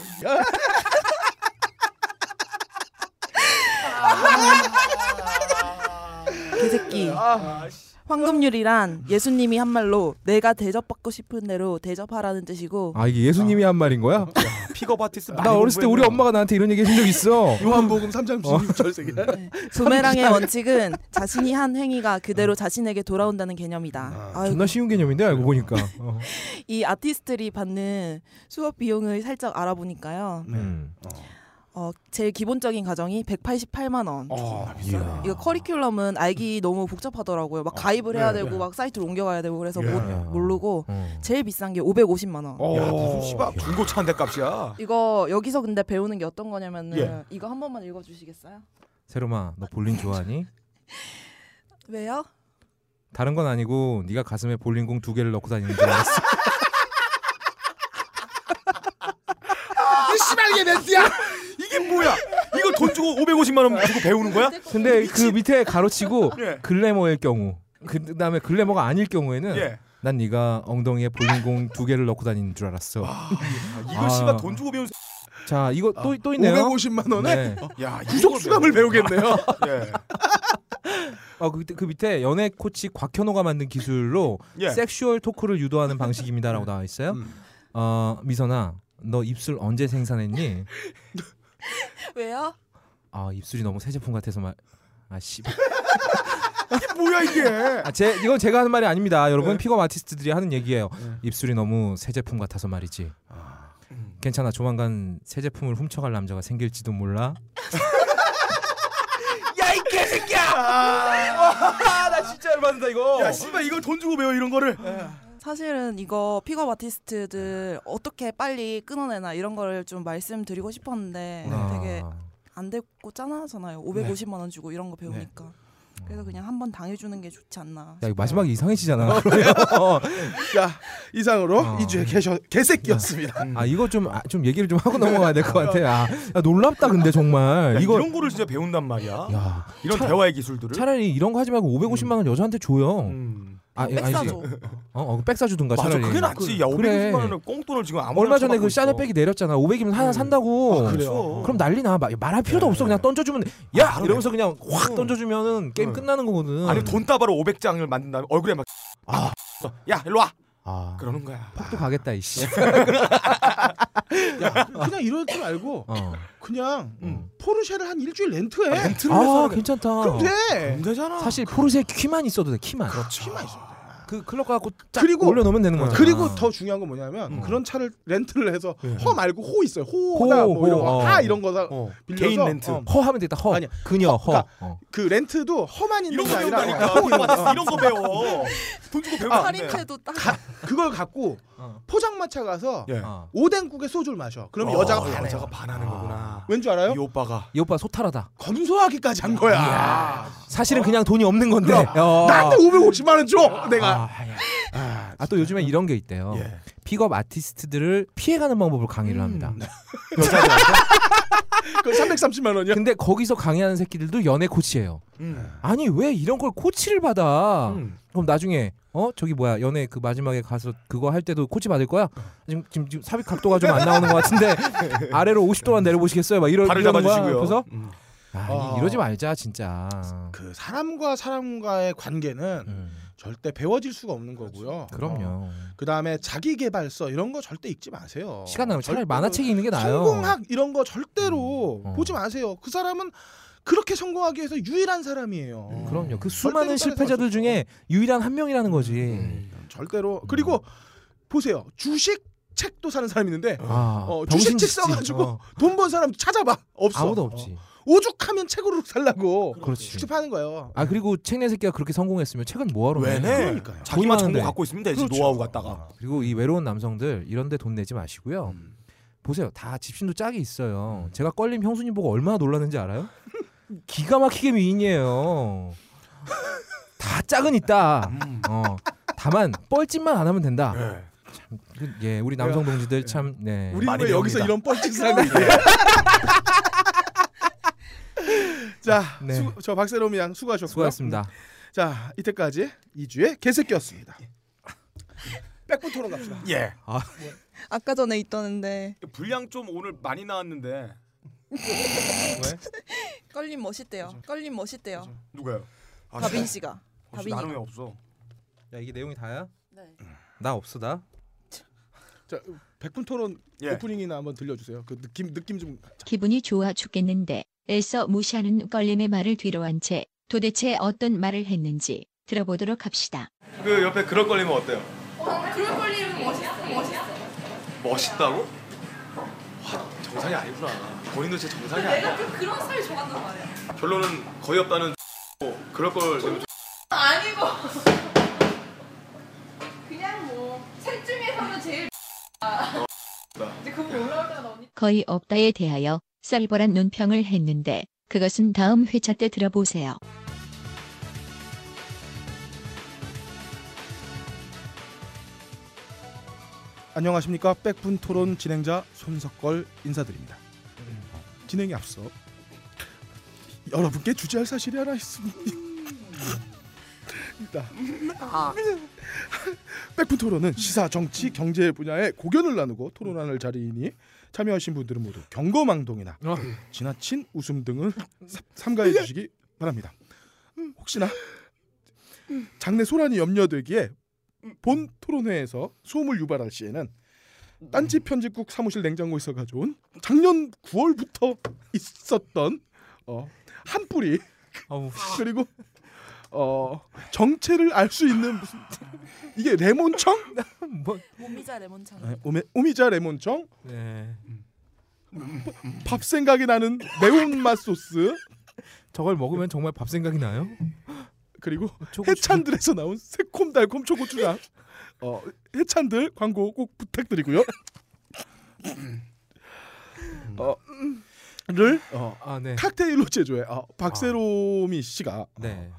개새끼.
아,
황금률이란 예수님이 한 말로 내가 대접받고 싶은 대로 대접하라는 뜻이고
아 이게 예수님이 한 말인 거야?
픽업 아티스트 많이
나 어렸을 때 우리
공부했나?
엄마가 나한테 이런 얘기 해준 적 있어.
요한복음 3장 16절세기.
부메랑의 원칙은 자신이 한 행위가
어.
그대로 자신에게 돌아온다는 개념이다. 아유,
존나 쉬운 개념인데 알고 보니까. 어.
이 아티스트들이 받는 수업 비용을 살짝 알아보니까요.
음.
어, 제일 기본적인 가정이 188만
어.
원.
아,
이야.
이거 커리큘럼은 알기 너무 복잡하더라고요.
어.
막 가입을 해야
네,
되고
네.
막 사이트로 옮겨가야 되고 그래서
예.
못 모르고
어.
제일 비싼 게 550만 원.
야 무슨 씨발 중고차 한 대 값이야
이거 여기서 근데 배우는 게 어떤 거냐면은
예.
이거 한 번만 읽어주시겠어요?
세롬아 너 볼링 좋아하니?
왜요?
다른 건 아니고 네가 가슴에 볼링공 두 개를 넣고 다니는 줄 알았어.
이 씨발 이게 멘트야.
이게 뭐야 이거 돈 주고 550만 원 주고 배우는 거야?
근데 그 밑에 가로치고
예.
글래머일 경우 그다음에 글래머가 아니일 경우에는
예.
난 네가 엉덩이에 볼링공 두 개를 넣고 다니는 줄 알았어.
이거
아.
씨발 돈 주고 배운
자 이거 또 또
아.
있네요.
550만 원에 어.
네.
야
구속수감을 배우겠네요.
예.
어, 그, 그 밑에 연애 코치 곽현호가 만든 기술로
예.
섹슈얼 토크를 유도하는 방식입니다라고 나와 있어요. 어, 미선아, 너 입술 언제 생산했니?
왜요?
아, 입술이 너무 새 제품 같아서 말. 아, 씨.
이게 뭐야 이게
아, 제 이건 제가 하는 말이 아닙니다. 여러분
네.
픽업 아티스트들이 하는 얘기예요. 입술이 너무 새 제품 같아서 말이지. 괜찮아. 조만간 새 제품을 훔쳐갈 남자가 생길지도 몰라.
야 이 개새끼야!
아, 나 진짜 열받는다 이거.
아. 야 씨발 이거 돈 주고 배워 이런 거를.
음.
사실은 이거 픽업 아티스트들 어떻게 빨리 끊어내나 이런 거를 좀 말씀드리고 싶었는데
네.
되게 안 되고 짠하잖아요. 550만 원 주고 이런 거 배우니까. 그래서 그냥 한번 당해주는 게 좋지 않나.
네. 야, 이거 마지막에 이상해지잖아.
자 이상으로 이주의 개셔, 개새끼였습니다.
아 이거 좀 좀 얘기를 좀 하고 넘어가야 될 것 같아. 아, 야, 놀랍다 근데 정말
야,
이거
이런 거를 진짜 배운단 말이야.
야,
이런
차라-
대화의 기술들을.
차라리 이런 거 하지 말고 550만 원 여자한테 줘요. 아, 예,
백
아니지.
사줘.
어, 어, 백 사주든가
음. 맞아
차라리.
그게 낫지. 야 550만
그래.
원을 꽁돈을 지금 아무
얼마 전에 그 샤넬백이 내렸잖아. 500이면 하나 산다고.
아, 그래요?
어. 그럼 난리 나. 마- 말할 필요도 없어. 그냥 던져주면 돼. 야 이러면서 네. 아, 그냥 음. 확 던져주면은 게임 끝나는 거거든.
아니 돈 따바로 500장을 만든 다음에 얼굴에 막. 아. 야 일로 와.
아.
그러는 거야.
또 가겠다 이씨. 어.
야, 아, 그냥 이럴 줄 알고
어.
그냥 포르쉐를 한 일주일 렌트해.
아 괜찮다.
그럼 돼.
사실 포르쉐 키만 있어도 돼. 키만.
그렇죠.
키만 있어도 돼.
그 클럽 가고 쫙
그리고
올려놓으면 되는 거죠.
그리고
아.
더 중요한 건 뭐냐면 그런 차를 렌트를 해서 허 말고 호 있어요.
호,
호나 뭐 이런
호,
거
어.
다 이런 거다
어.
빌려서
개인 렌트.
허 하면 되겠다. 허 아니
그녀 허.
그러니까 그 렌트도 허만 있는 게 아니라
배운다니까. 이런 거 배워. 돈 주고 배우면 안 돼.
딱 그걸 갖고 포장마차 가서
예.
어.
오뎅국에 소주를 마셔. 그럼
어,
여자가 반해.
여자가 반하는 거구나.
왠줄 알아요?
이 오빠가
이 오빠 소탈하다.
검소하기까지 한 거야.
사실은 그냥 돈이 없는 건데. 어.
나한테 550만 원 줘. 내가
아, 아, 또 요즘에 이런 게 있대요.
예.
픽업 아티스트들을 피해가는 방법을
음.
강의를 합니다.
그 330만 원이요.
근데 거기서 강의하는 새끼들도 연애 코치예요.
네.
음.
아니 왜 이런 걸 코치를 받아? 그럼 나중에 어 저기 뭐야 연애 그 마지막에 가서 그거 할 때도 코치 받을 거야? 지금 지금, 지금 삽입 각도가 좀 안 나오는 것 같은데 아래로 50도만 내려보시겠어요? 막 이런
발을
이러는 거야.
잡아주시고요.
그래서
음.
아,
어.
이러지 말자 진짜. 그
사람과 사람과의 관계는
그,
음.
절대 배워질 수가 없는 거고요.
럼요
어.
그 다음에 자기 개발서 이런 거 절대 읽지 마세요.
시간 나면 차라리
어.
절대로
만화책 읽는 게 나아요.
성공학 이런 거 절대로 보지 마세요. 그 사람은 그렇게 성공하기 위해서 유일한 사람이에요.
그럼요.
절대로
그 수많은 실패자들 중에 유일한 한 명이라는 거지.
음. 절대로
음.
그리고 보세요 주식 책도 사는 사람이 있는데
아,
어, 주식 책
병신짓지.
써가지고
어.
돈 번 사람 찾아봐 없어
아무도 없지.
어. 오죽하면 책으로 살라고
그렇지.
주식 파는 거예요
아 그리고 책내 새끼가 그렇게 성공했으면 책은 뭐하러
왜
내?
내? 그러니까요. 그렇죠. 자기만 정보 갖고 있으면 되지, 노하우 갖다가.
그리고 이 외로운 남성들 이런데 돈 내지 마시고요.
음.
보세요, 다 집신도 짝이 있어요. 제가 껄림 형수님 보고 얼마나 놀랐는지 알아요? 기가 막히게 미인이에요. 다 짝은
아.
있다.
음.
어, 다만 뻘짓만 안 하면 된다.
예.
참, 그, 예, 우리 남성 동지들 참, 네.
네. 그러니까 우리
많이
왜 여기서
배웁니다.
이런 뻘짓을 하고 있네
네.
자저 박세롬이 양 수고하셨고요
수고하셨습니다.
자 이때까지 이주의 개새끼였습니다
예.
백분 토론 갑시다
예.
아까 전에 있던데
분량 좀 오늘 많이 나왔는데
껄림 멋있대요. 껄림 멋있대요.
누가요? 아,
다빈
진짜?
씨가.
혹시
다빈이가.
나는 왜 없어?
야 이게 내용이 다야?
네.
나 없어 나.
자 백분 토론
예.
오프닝이나 한번 들려주세요 그 느낌 느낌 좀
기분이 좋아 죽겠는데 애써 무시하는 껄림의 말을 뒤로한 채 도대체 어떤 말을 했는지 들어보도록 합시다.
그 옆에 그럴 걸리면 어때요?
그럴 걸리면 멋있어, 멋있어.
멋있다고? 와 정상이 아니구나. 본인도 진짜 정상이 아니야.
좀 그런 스타일 좋아한단 말이야.
결론은 거의 없다는 X고, 그럴 걸 되면
아니고. 그냥 뭐, 셋 중에서는 제일 이제 그분 올라올 때마다 언니.
거의 없다에 대하여 쌀벌한 논평을 했는데 그것은 다음 회차 때 들어보세요.
안녕하십니까 백분 토론 진행자 손석걸 인사드립니다. 진행에 앞서 여러분께 주제할 사실이 하나 있습니다. 백분 토론은 시사, 정치, 경제 분야의 고견을 나누고 토론하는 자리이니 참여하신 분들은 모두 경거망동이나 지나친 웃음 등을 삼- 삼가해 주시기 바랍니다. 혹시나 장래 소란이 염려되기에 본 토론회에서 소음을 유발할 시에는 딴지 편집국 사무실 냉장고에서 가져온 작년 9월부터 있었던 어, 한 뿌리 그리고 어, 정체를 알 수 있는 무슨 이게 레몬청 뭐,
모미자 레몬차.
네, 오메, 오미자 레몬청
네.
밥 생각이 나는 매운맛 소스
저걸 먹으면 정말 밥 생각이 나요?
그리고 해찬들에서 나온 새콤달콤 초고추장 어, 해찬들 광고 꼭 부탁드리고요
음.
어, 를 어,
아, 네.
칵테일로 제조해 어, 박세롬이 씨가
네.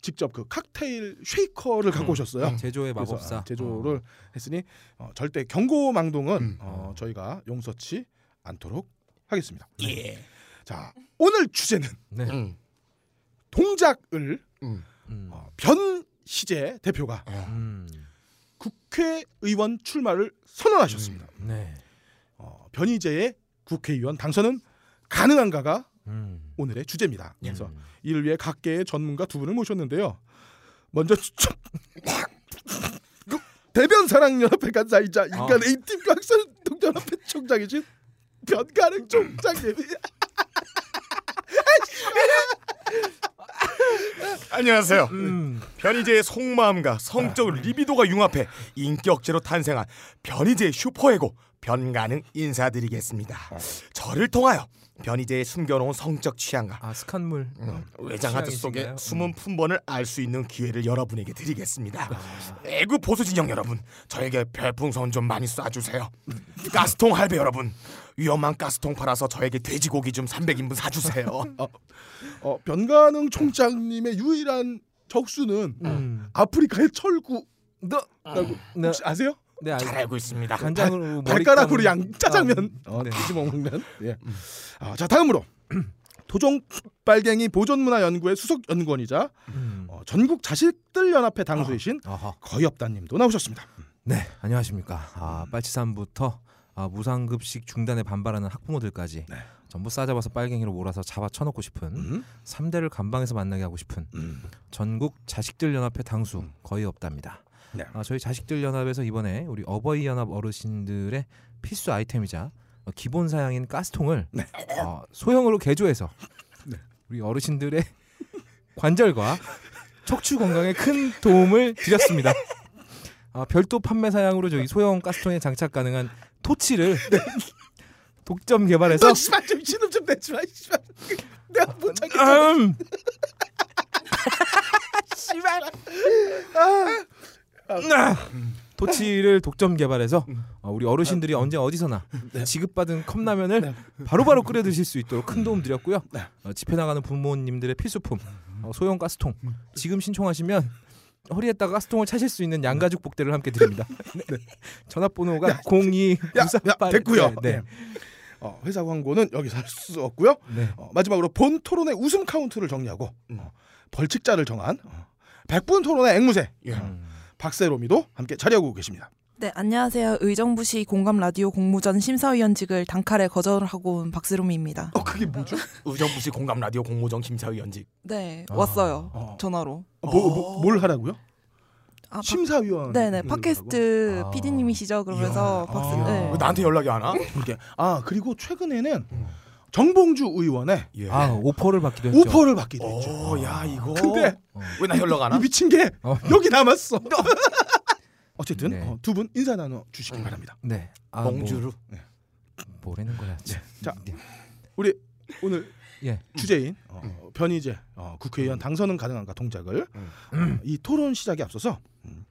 직접 그 칵테일 쉐이커를 갖고
음,
오셨어요.
음, 제조의
그래서,
마법사.
아, 제조를 했으니 어, 절대 경고망동은
음.
어, 저희가 용서치 않도록 하겠습니다.
예.
네. 자 오늘 주제는
음.
동작을 어, 변희재 대표가
음. 아,
국회의원 출마를 선언하셨습니다.
네.
어, 변희재의 국회의원 당선은 가능한가가
음.
오늘의 주제입니다. 그래서 이를 위해 각계의 전문가 두 분을 모셨는데요. 먼저 추- 그 대변 사랑 연합회 간사이자 인간
아.
A 팀 각설 동전합회 총장이신 변가능 총장님.
안녕하세요.
음.
음.
변희재의 속마음과
아.
성적 리비도가 융합해 인격체로 탄생한 변희재 슈퍼에고 변가능 인사드리겠습니다.
아.
저를 통하여 변희재의 숨겨놓은 성적 취향과
스칸물 음.
외장하드 속에
아, 취향이신가요? 음.
숨은 품번을 알 수 있는 기회를 여러분에게 드리겠습니다.
아.
애국 보수 진영 여러분, 저에게 별풍선 좀 많이 쏴주세요. 가스통 할배 여러분, 위험한 가스통 팔아서 저에게 돼지고기 좀 300인분 사주세요.
어, 변가능 총장님의 유일한 적수는
음.
아프리카의 철구. 너, 라고
네.
혹시 아세요?
네, 알-
잘 알고 있습니다.
간장으로
발, 가락으로
머리
양
감은-
짜장면
아,
어,
네.
뒤집어 먹는. 예. 아, 자 다음으로 도종 빨갱이 보존문화 연구의 수석 연구원이자
음.
어, 전국 자식들 연합회 당수이신 거의 없다님도 나오셨습니다.
네, 안녕하십니까. 아, 빨치산부터 아, 무상급식 중단에 반발하는 학부모들까지 전부 싸잡아서 빨갱이로 몰아서 잡아 쳐놓고
음.
싶은 삼대를 감방에서 만나게 하고 싶은 전국 자식들 연합회 당수 거의 없답니다.
네.
아, 저희 자식들 연합에서 이번에 우리 어버이 연합 어르신들의 필수 아이템이자 어, 기본 사양인 가스통을 어, 소형으로 개조해서 우리 어르신들의 관절과 척추 건강에 큰 도움을 드렸습니다. 아, 별도 판매 사양으로 저희 소형 가스통에 장착 가능한 토치를 독점 개발해서
너 씨발 좀 신음 좀 내지 마. 씨발. 내가 못 참겠어.
음,
씨발. 아.
나! 토치를 독점 개발해서 어, 우리 어르신들이 언제 어디서나 지급받은 컵라면을 바로바로 끓여 드실 수 있도록 큰 도움 드렸고요. 어, 집회 나가는 부모님들의 필수품 어, 소형 가스통 지금 신청하시면 허리에다가 가스통을 차실 수 있는 양가죽 복대를 함께 드립니다. 네. 전화번호가 02 938
됐고요.
네.
예. 어, 회사 광고는 여기서 할 수 없고요.
네.
어, 마지막으로 본 토론의 웃음 카운트를 정리하고 어, 벌칙자를 정한 어, 백분 토론의 앵무새
음.
어, 박세롬이도 함께 자리하고 계십니다.
네, 안녕하세요. 의정부시 공감 라디오 공모전 심사위원직을 단칼에 거절하고 온 박세롬입니다.
그게 뭐죠?
어, 의정부시 공감 라디오 공모전 심사위원직.
네, 왔어요. 전화로.
어, 뭐, 뭐, 뭘 하라고요?
아, 박-
심사위원. 음,
네네, 팟캐스트 PD님이시죠. 그러면서 박세 네.
아. 왜 나한테 연락이 안 와?
이게 아 그리고 최근에는 정봉주 의원의
아 오퍼를 받기도 했죠.
오퍼를 받기도 했죠.
예. 어, 야 이거.
근데
왜 나 연락 안 와?
이 미친 게 여기 어. 남았어. 어쨌든 어, 두분 인사 나눠 주시기 바랍니다.
네. 아,
멍주루.
뭐, 뭐라는 거야. 참.
네.
네.
자, 우리 오늘
예.
주제인 어, 변희재 어, 국회의원 당선은 가능한가 동작을 어, 이 토론 시작에 앞서서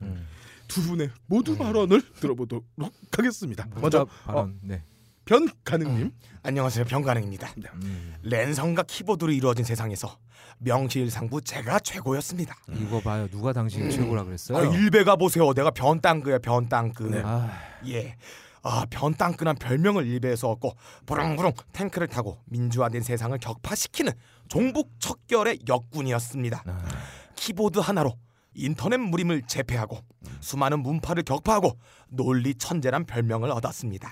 음, 두 분의 모두 발언을 들어보도록 하겠습니다. 먼저 어,
네.
변가능님.
안녕하세요. 변가능입니다.
음.
랜선과 키보드로 이루어진 세상에서 명실상부 제가 최고였습니다.
음.
이거 봐요. 누가 당신이
음.
최고라 그랬어요?
아, 일베가 보세요. 내가 변땅그야 변땅그.
아.
예. 아 변땅그란 별명을 일베에서 얻고 부릉부릉 탱크를 타고 민주화된 세상을 격파시키는 종북 척결의 역군이었습니다. 키보드 하나로 인터넷 무림을 제패하고 수많은 문파를 격파하고 논리 천재란 별명을 얻었습니다.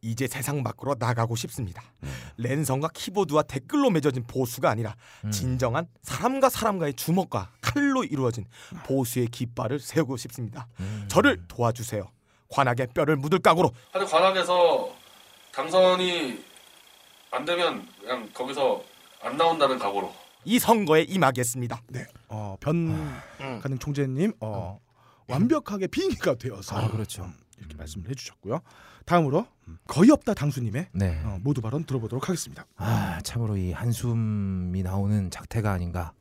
이제 세상 밖으로 나가고 싶습니다. 랜선과 키보드와 댓글로 맺어진 보수가 아니라 진정한 사람과 사람과의 주먹과 칼로 이루어진 보수의 깃발을 세우고 싶습니다. 저를 도와주세요. 관하게 뼈를 묻을 각오로
하여튼 관악에서 당선이 안 되면 그냥 거기서 안 나온다는 각오로
이 선거에 임하겠습니다.
어, 변가능 총재님 어, 완벽하게 빙의가 되어서
그렇죠.
이렇게 말씀을 해주셨고요. 다음으로 거의 없다 당수님의
네.
어, 모두 발언 들어보도록 하겠습니다.
아 참으로 이 한숨이 나오는 작태가 아닌가.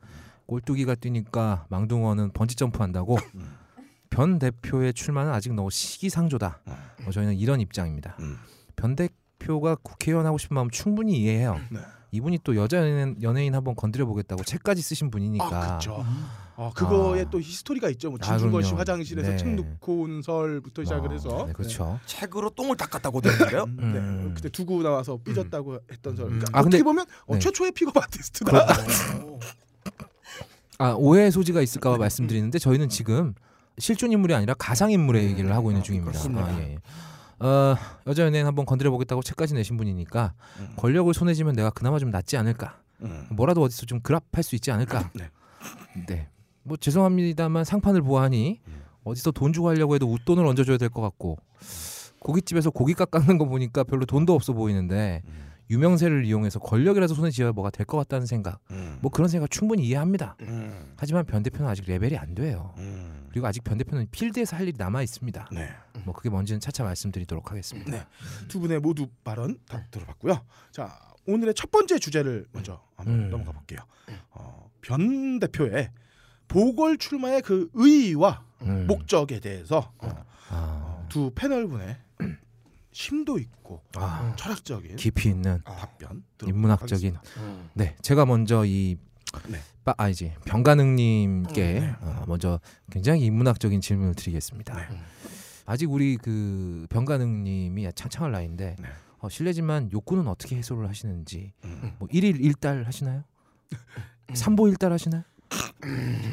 꼴뚜기가 뛰니까 망둥어는 번지 점프한다고.
음.
변 대표의 출마는 아직 너무 시기상조다.
음.
어, 저희는 이런 입장입니다. 변 대표가 국회의원 하고 싶은 마음 충분히 이해해요.
네.
이분이 또 여자 연예인, 연예인 한번 건드려 보겠다고 책까지 쓰신 분이니까.
그렇죠. 어, 그거에 또 히스토리가 있죠. 뭐
음. 아,
진중권 씨
그럼요.
화장실에서
네.
책 놓고 온 설부터 시작을
아,
해서
네, 그렇죠. 음.
책으로 똥을 닦았다고 되는데요?
네, 그때 두고 나와서 삐졌다고 했던 설. 그러니까
아,
어떻게
근데-
보면 어,
네.
최초의 픽업 아티스트다.
아 오해 소지가 있을까봐 말씀드리는데 저희는 지금 실존 인물이 아니라 가상 인물의 얘기를 하고 있는 중입니다.
그렇습니다.
아, 예, 예. 어, 여자 연예인 한번 건드려 보겠다고 책까지 내신 분이니까 권력을 손에 쥐면 내가 그나마 좀 낫지 않을까.
음.
뭐라도 어디서 좀 그랍할 수 있지 않을까.
네.
뭐 죄송합니다만 상판을 보아하니 어디서 돈 주고 하려고 해도 웃돈을 얹어줘야 될 것 같고 고깃집에서 고기 깎는 거 보니까 별로 돈도 없어 보이는데 유명세를 이용해서 권력이라도 손에 쥐어야 뭐가 될 것 같다는 생각 뭐 그런 생각 충분히 이해합니다 하지만 변 대표는 아직 레벨이 안 돼요
음.
그리고 아직 변 대표는 필드에서 할 일이 남아 있습니다 뭐 그게 뭔지는 차차 말씀드리도록 하겠습니다
네. 두 분의 모두 발언 다 들어봤고요. 자 오늘의 첫 번째 주제를 먼저 한번
네.
넘어가 볼게요. 어, 변 대표의 보궐 출마의 그 의의와
네. 음.
목적에 대해서 어,
아,
어, 두 패널 분의 심도 있고 철학적인
깊이 있는
답변
아. 인문학적인
하겠습니다.
네 제가 먼저 이
네. 음,
빠, 아니지 병가능님께 어, 먼저 굉장히 인문학적인 질문을 드리겠습니다.
네.
아직 우리 그 병가능님이 창창할 나이인데
네.
어, 실례지만 욕구는 어떻게 해소를 하시는지
음.
뭐 일일 일달 하시나요? 삼보 일달 하시나요?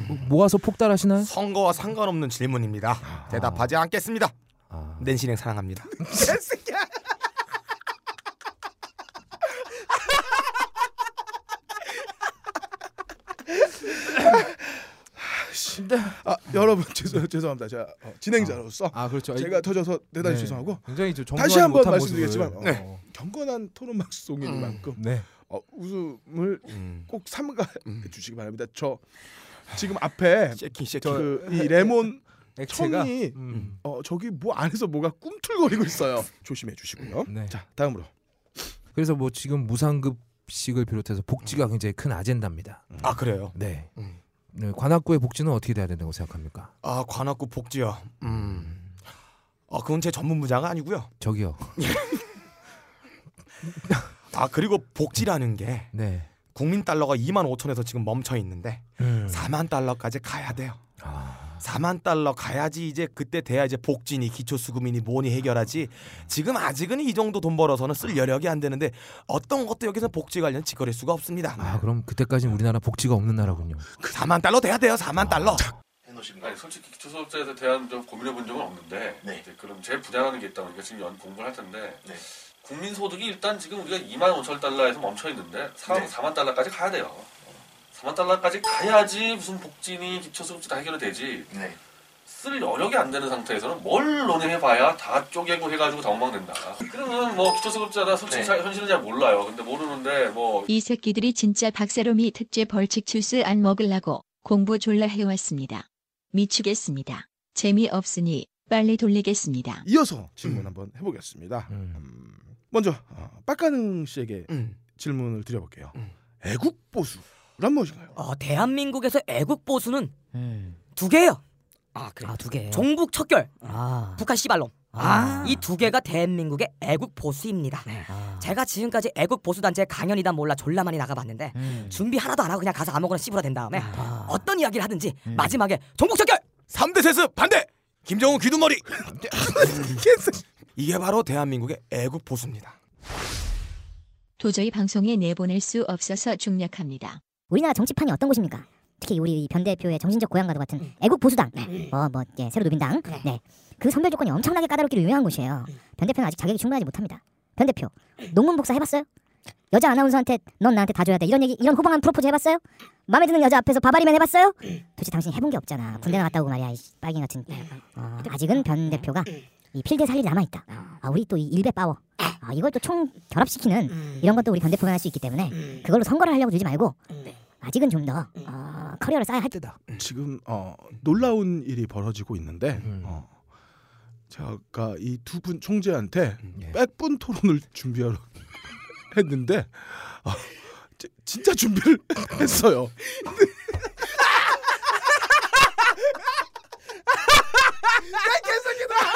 뭐, 모아서 폭달 하시나요?
선거와 상관없는
아,
질문입니다. 대답하지 않겠습니다.
아.
네.
낸신행 사랑합니다.
아 여러분 죄송 죄송합니다. 제가 어, 진행자로서
그렇죠.
제가 터져서 대단히
네.
죄송하고
굉장히 저
다시 한 번
정중하지 못한
말씀드리겠지만 어,
모습을. 네.
경건한 토론 방송인
음.
만큼
네.
어, 웃음을 꼭 삼가해
음.
주시기 바랍니다. 저 지금
음.
앞에 그 저이 레몬
액체가?
청이 어, 저기 뭐 안에서 뭐가 꿈틀거리고 있어요. 조심해 주시고요.
네.
자 다음으로
그래서 뭐 지금 무상급식을 비롯해서 복지가 굉장히 큰 아젠다입니다.
아 그래요?
네. 네, 관악구의 복지는 어떻게 돼야 된다고 생각합니까?
아 관악구 복지요. 음. 아 그건 제 전문 분야가 아니고요.
저기요.
아 그리고 복지라는 게
네.
국민 달러가 2만 5천에서 지금 멈춰 있는데
음.
4만 달러까지 가야 돼요. 4만 달러 가야지 이제 그때 돼야 이제 복지니 기초수급이니 뭐니 해결하지 지금 아직은 이 정도 돈 벌어서는 쓸 여력이 안 되는데 어떤 것도 여기서 복지 관련 직거래 수가 없습니다.
아 그럼 그때까지는 우리나라 복지가 없는 나라군요.
4만 달러 돼야 돼요. 4만 달러.
아니 솔직히 기초수급자에 대한 좀 고민해 본 적은 없는데 이제 그럼 제 분야라는 게 있다 보니까 지금 연 공부를 할 텐데 국민 소득이 일단 지금 우리가 2만 5천 달러에서 멈춰 있는데 4,
네.
4만 달러까지 가야 돼요. 4만 달러까지 가야지 무슨 복지니 기초수급자 다 해결이 되지. 쓸 여력이 안 되는 상태에서는 뭘 논의해봐야 다 쪼개고 해가지고 다 엉망된다. 그러면 뭐 기초수급자나 솔직히 잘, 현실은 잘 몰라요. 근데 모르는데 뭐
이 새끼들이 진짜 박세롬이 특제 벌칙 주스 안 먹으려고 공부 졸라 해왔습니다. 미치겠습니다. 재미없으니 빨리 돌리겠습니다.
이어서 질문
음.
한번 해보겠습니다. 음, 먼저 어, 빡가능 씨에게
음.
질문을 드려볼게요. 애국 보수란 무엇인가요?
어, 대한민국에서 애국 보수는 두 개예요. 아, 그래. 두 개. 종북 척결. 북한 씨발놈. 아. 이 두 개가 대한민국의 애국 보수입니다. 네. 아. 제가 지금까지 애국 보수 단체 강연이다 몰라 졸라 많이 나가봤는데 준비 하나도 안 하고 그냥 가서 아무거나 음. 씹으러 댄 음. 다음에 어떤 이야기를 하든지 마지막에 예, 종북 척결.
3대 세습 반대. 김정은 귀두머리. 이게 바로 대한민국의 애국 보수입니다.
도저히 방송에 내보낼 수 없어서 중략합니다.
우리나라 정치판이 어떤 곳입니까? 특히 우리 변 대표의 정신적 고향과도 같은 애국 보수당, 뭐 뭐 예, 새로노민당, 음. 네. 음. 그 선별 조건이 엄청나게 까다롭기로 유명한 곳이에요. 변 대표는 아직 자격이 충분하지 못합니다. 변 대표, 논문 복사 해봤어요? 여자 아나운서한테 넌 나한테 다 줘야 돼 이런 얘기 이런 호방한 프로포즈 해봤어요? 마음에 드는 여자 앞에서 바바리맨 해봤어요? 도대체 당신 해본 게 없잖아. 군대 나갔다 오고 말이야, 이 빨갱이 같은. 어, 아직은 변 대표가 이 필드에 살일 음. 남아 있다. 아, 우리 또 이 일베 파워, 아, 이걸 또 총 결합시키는 이런 것도 우리 변 대표가 할 수 있기 때문에 그걸로 선거를 하려고 주지 말고 아직은 좀 더 커리어를 쌓아야 할 때다.
음.
지금 어, 놀라운 일이 벌어지고 있는데
음.
어, 제가 이 두 분 총재한테
음. 예.
백분 토론을 준비하러 했는데 어, 지- 진짜 준비를 했어요.
야, 개새끼다!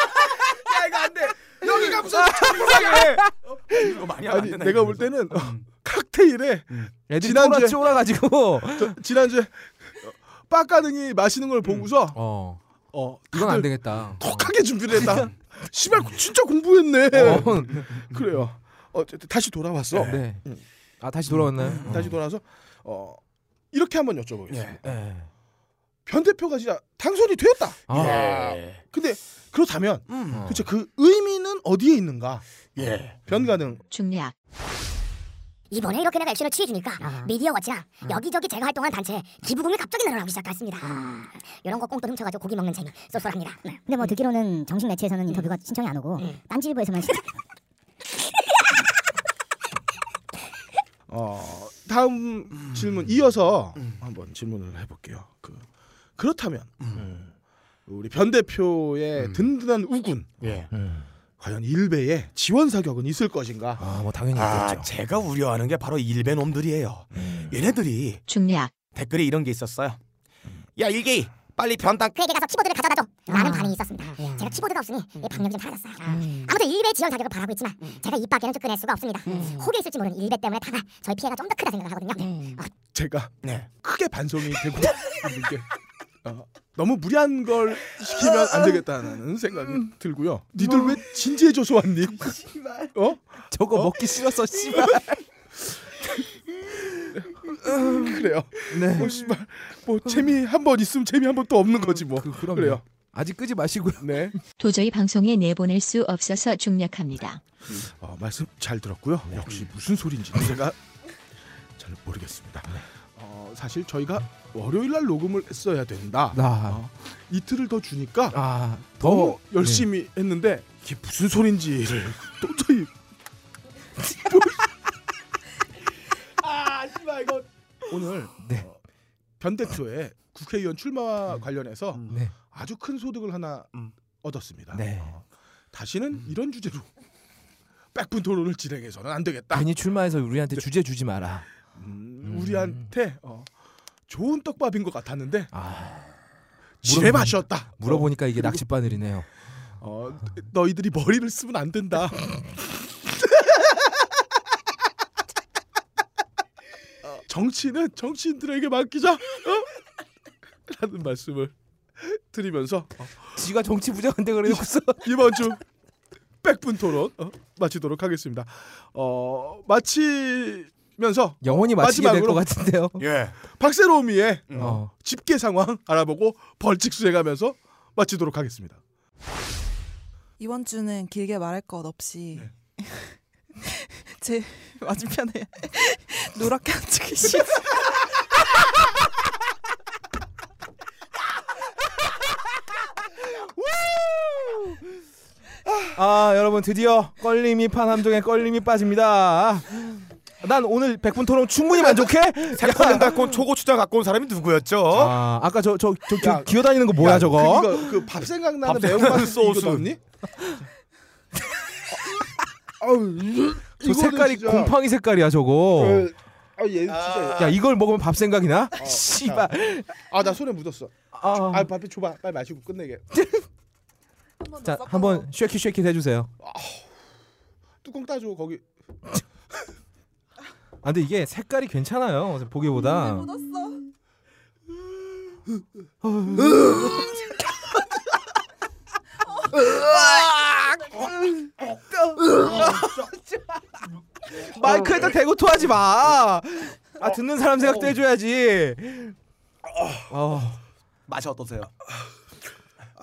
야, 이거 안 돼! 여기가
무슨 이상해! 아니 내가 볼 때는 어,
음.
칵테일에
애들이
지난주에
쫄아- 쫄아가지고
지난주에 어, 빡가능이 마시는 걸 보고서
어.
어,
이건 안 되겠다.
톡하게 준비를 했다. 씨발 진짜 공부했네.
어.
그래요. 어, 저- 다시 돌아왔어.
네.
음.
아 다시 돌아왔나요?
음, 다시 돌아서 어, 이렇게 한번 여쭤보겠습니다.
네.
변 대표가 진짜 당선이 되었다.
아.
근데 그렇다면
음.
그쵸 그 의미는 어디에 있는가?
예.
변가능.
중략.
네, 이번에 이렇게 내가 액션을 취해주니까 미디어 워치랑 여기저기 제가 활동한 단체 기부금을 갑자기 늘어나기 시작했습니다. 이런 거 꽁돈 훔쳐가지고 고기 먹는 재미 쏠쏠합니다. 근데 뭐 듣기로는 정식 매체에서는 인터뷰가 신청이 안 오고 딴지일보에서만
어, 다음 질문 이어서
음.
한번 질문을 해볼게요. 그 그렇다면
음.
예, 우리 변 대표의 든든한 우군
예.
음.
과연 일베에 지원 사격은 있을 것인가?
아, 뭐 당연히 있겠죠. 제가 우려하는 게 바로 일베 놈들이에요. 얘네들이
중략
댓글에 이런 게 있었어요. 야 일기 빨리 변당
그에게 가서 키보드를 가져다 줘라는 반응이 있었습니다. 제가 키보드가 없으니 이 방력이 좀 사라졌어요. 아무튼 일배 지원 자격을 바라고 있지만 제가 입 밖에는 접근할 수가 없습니다. 혹이 있을지 모르는 일배 때문에 다가 저희 피해가 좀 더 크다 생각을 하거든요. 어,
제가
네.
크게 반성이 되고 있는 게 어, 너무 무리한 걸 시키면 안 되겠다는 생각이 들고요. 니들 왜 진지해져서 왔니? 어? 저거 먹기 싫어서 씨발. 그래요.
네.
뭐, 씨발, 뭐 재미 한 번 있으면 재미 한 번 또 없는 거지 뭐. 그,
그럼요.
래요 아직 끄지 마시고요. 네.
도저히 방송에 내보낼 수 없어서 중략합니다.
어, 말씀 잘 들었고요. 역시 무슨 소린지 제가 잘 모르겠습니다. 어, 사실 저희가 월요일 날 녹음을 했어야 된다. 어, 이틀을 더 주니까 너무
아, 더,
열심히 했는데 이게 무슨 소린지를 도저히 아, 씨발 이거 오늘 어, 변 대표의 국회의원 출마와 관련해서
네.
아주 큰 소득을 하나
음.
얻었습니다. 어, 다시는 이런 주제로 백분 토론을 진행해서는 안 되겠다. 음,
괜히 출마해서 우리한테 주제 주지 마라. 음.
우리한테 어, 좋은 떡밥인 것 같았는데
아.
지레
물어보니까-
마셨다.
물어보니까 이게 낚시 바늘이네요.
어, 너희들이 머리를 쓰면 안 된다. 어, 정치는 정치인들에게 맡기자. 어? 라는 말씀을 드리면서 어, 지가 정치 부장한테 그래놓고서 이번 주 백분 토론 어, 마치도록 하겠습니다. 어, 마치면서
영원히 마치게
마지막으로
될것 같은데요.
예.
박세로미의
어.
집계 상황 알아보고 벌칙 수행하면서 마치도록 하겠습니다.
이번 주는 길게 말할 것 없이 제 맞은편에 노랗게 앉아 계신
아 여러분 드디어 껄림이 판 함정에 껄림이 빠집니다. 난 오늘 백분 토론 충분히 만족해.
새콤 달콤 초고추장 갖고 온 사람이 누구였죠?
아, 아까 저 저 저 기어다니는 거 뭐야 저거?
그밥 생각나는
밥
매운맛
생각나는
소스
소스.
넣니? 아우,
저 색깔이 곰팡이 색깔이야 저거.
아, 얘 진짜.
야 이걸 먹으면 밥 생각이 나?
씨발. 아, 나 손에 묻었어. 아, 밥에 줘봐. 빨리 마시고 끝내게.
자 한번 쉐키 쉐키 해주세요.
뚜껑 따줘 거기.
아, 근데 이게 색깔이 괜찮아요 음, 보기보다.
어,
마이크에다 대고 토하지 마.
어,
아 듣는 사람 생각도 해줘야지. 어.
맛이 어떠세요?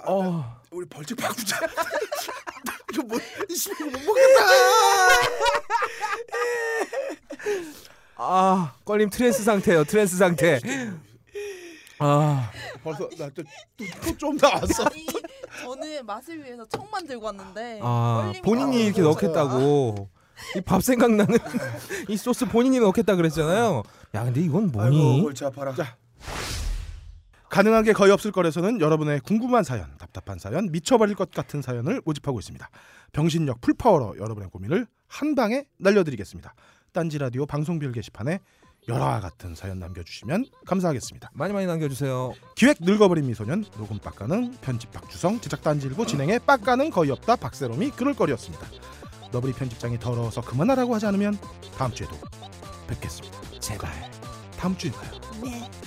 어.
우리 벌칙 바꾸자. 이거 뭐, 이씨, 이거 못 먹겠다.
아 껄림 트랜스 상태요 트랜스 상태. 아
벌써 나또좀 나왔어.
아니 저는 맛을 위해서 청만 들고 왔는데
아
얼림이
본인이 이렇게
나와서
넣겠다고 이 밥 생각나는 이 소스 본인이 넣겠다 그랬잖아요. 야 근데 이건 뭐니?
자. 가능한 게 거의 없을 거래서는 여러분의 궁금한 사연, 답답한 사연, 미쳐버릴 것 같은 사연을 모집하고 있습니다. 병신력 풀파워로 여러분의 고민을 한 방에 날려드리겠습니다. 딴지 라디오 방송별 게시판에 열화와 같은 사연 남겨주시면 감사하겠습니다.
많이 많이 남겨주세요.
기획 늙어버린 미소년 녹음 빡가는 편집 박주성 제작 딴지일보 진행의 빡가는 거의 없다 박세롬이 그럴 거리였습니다. 너브리 편집장이 더러워서 그만하라고 하지 않으면 다음 주에도 뵙겠습니다. 제발 다음 주에 봐요.
네.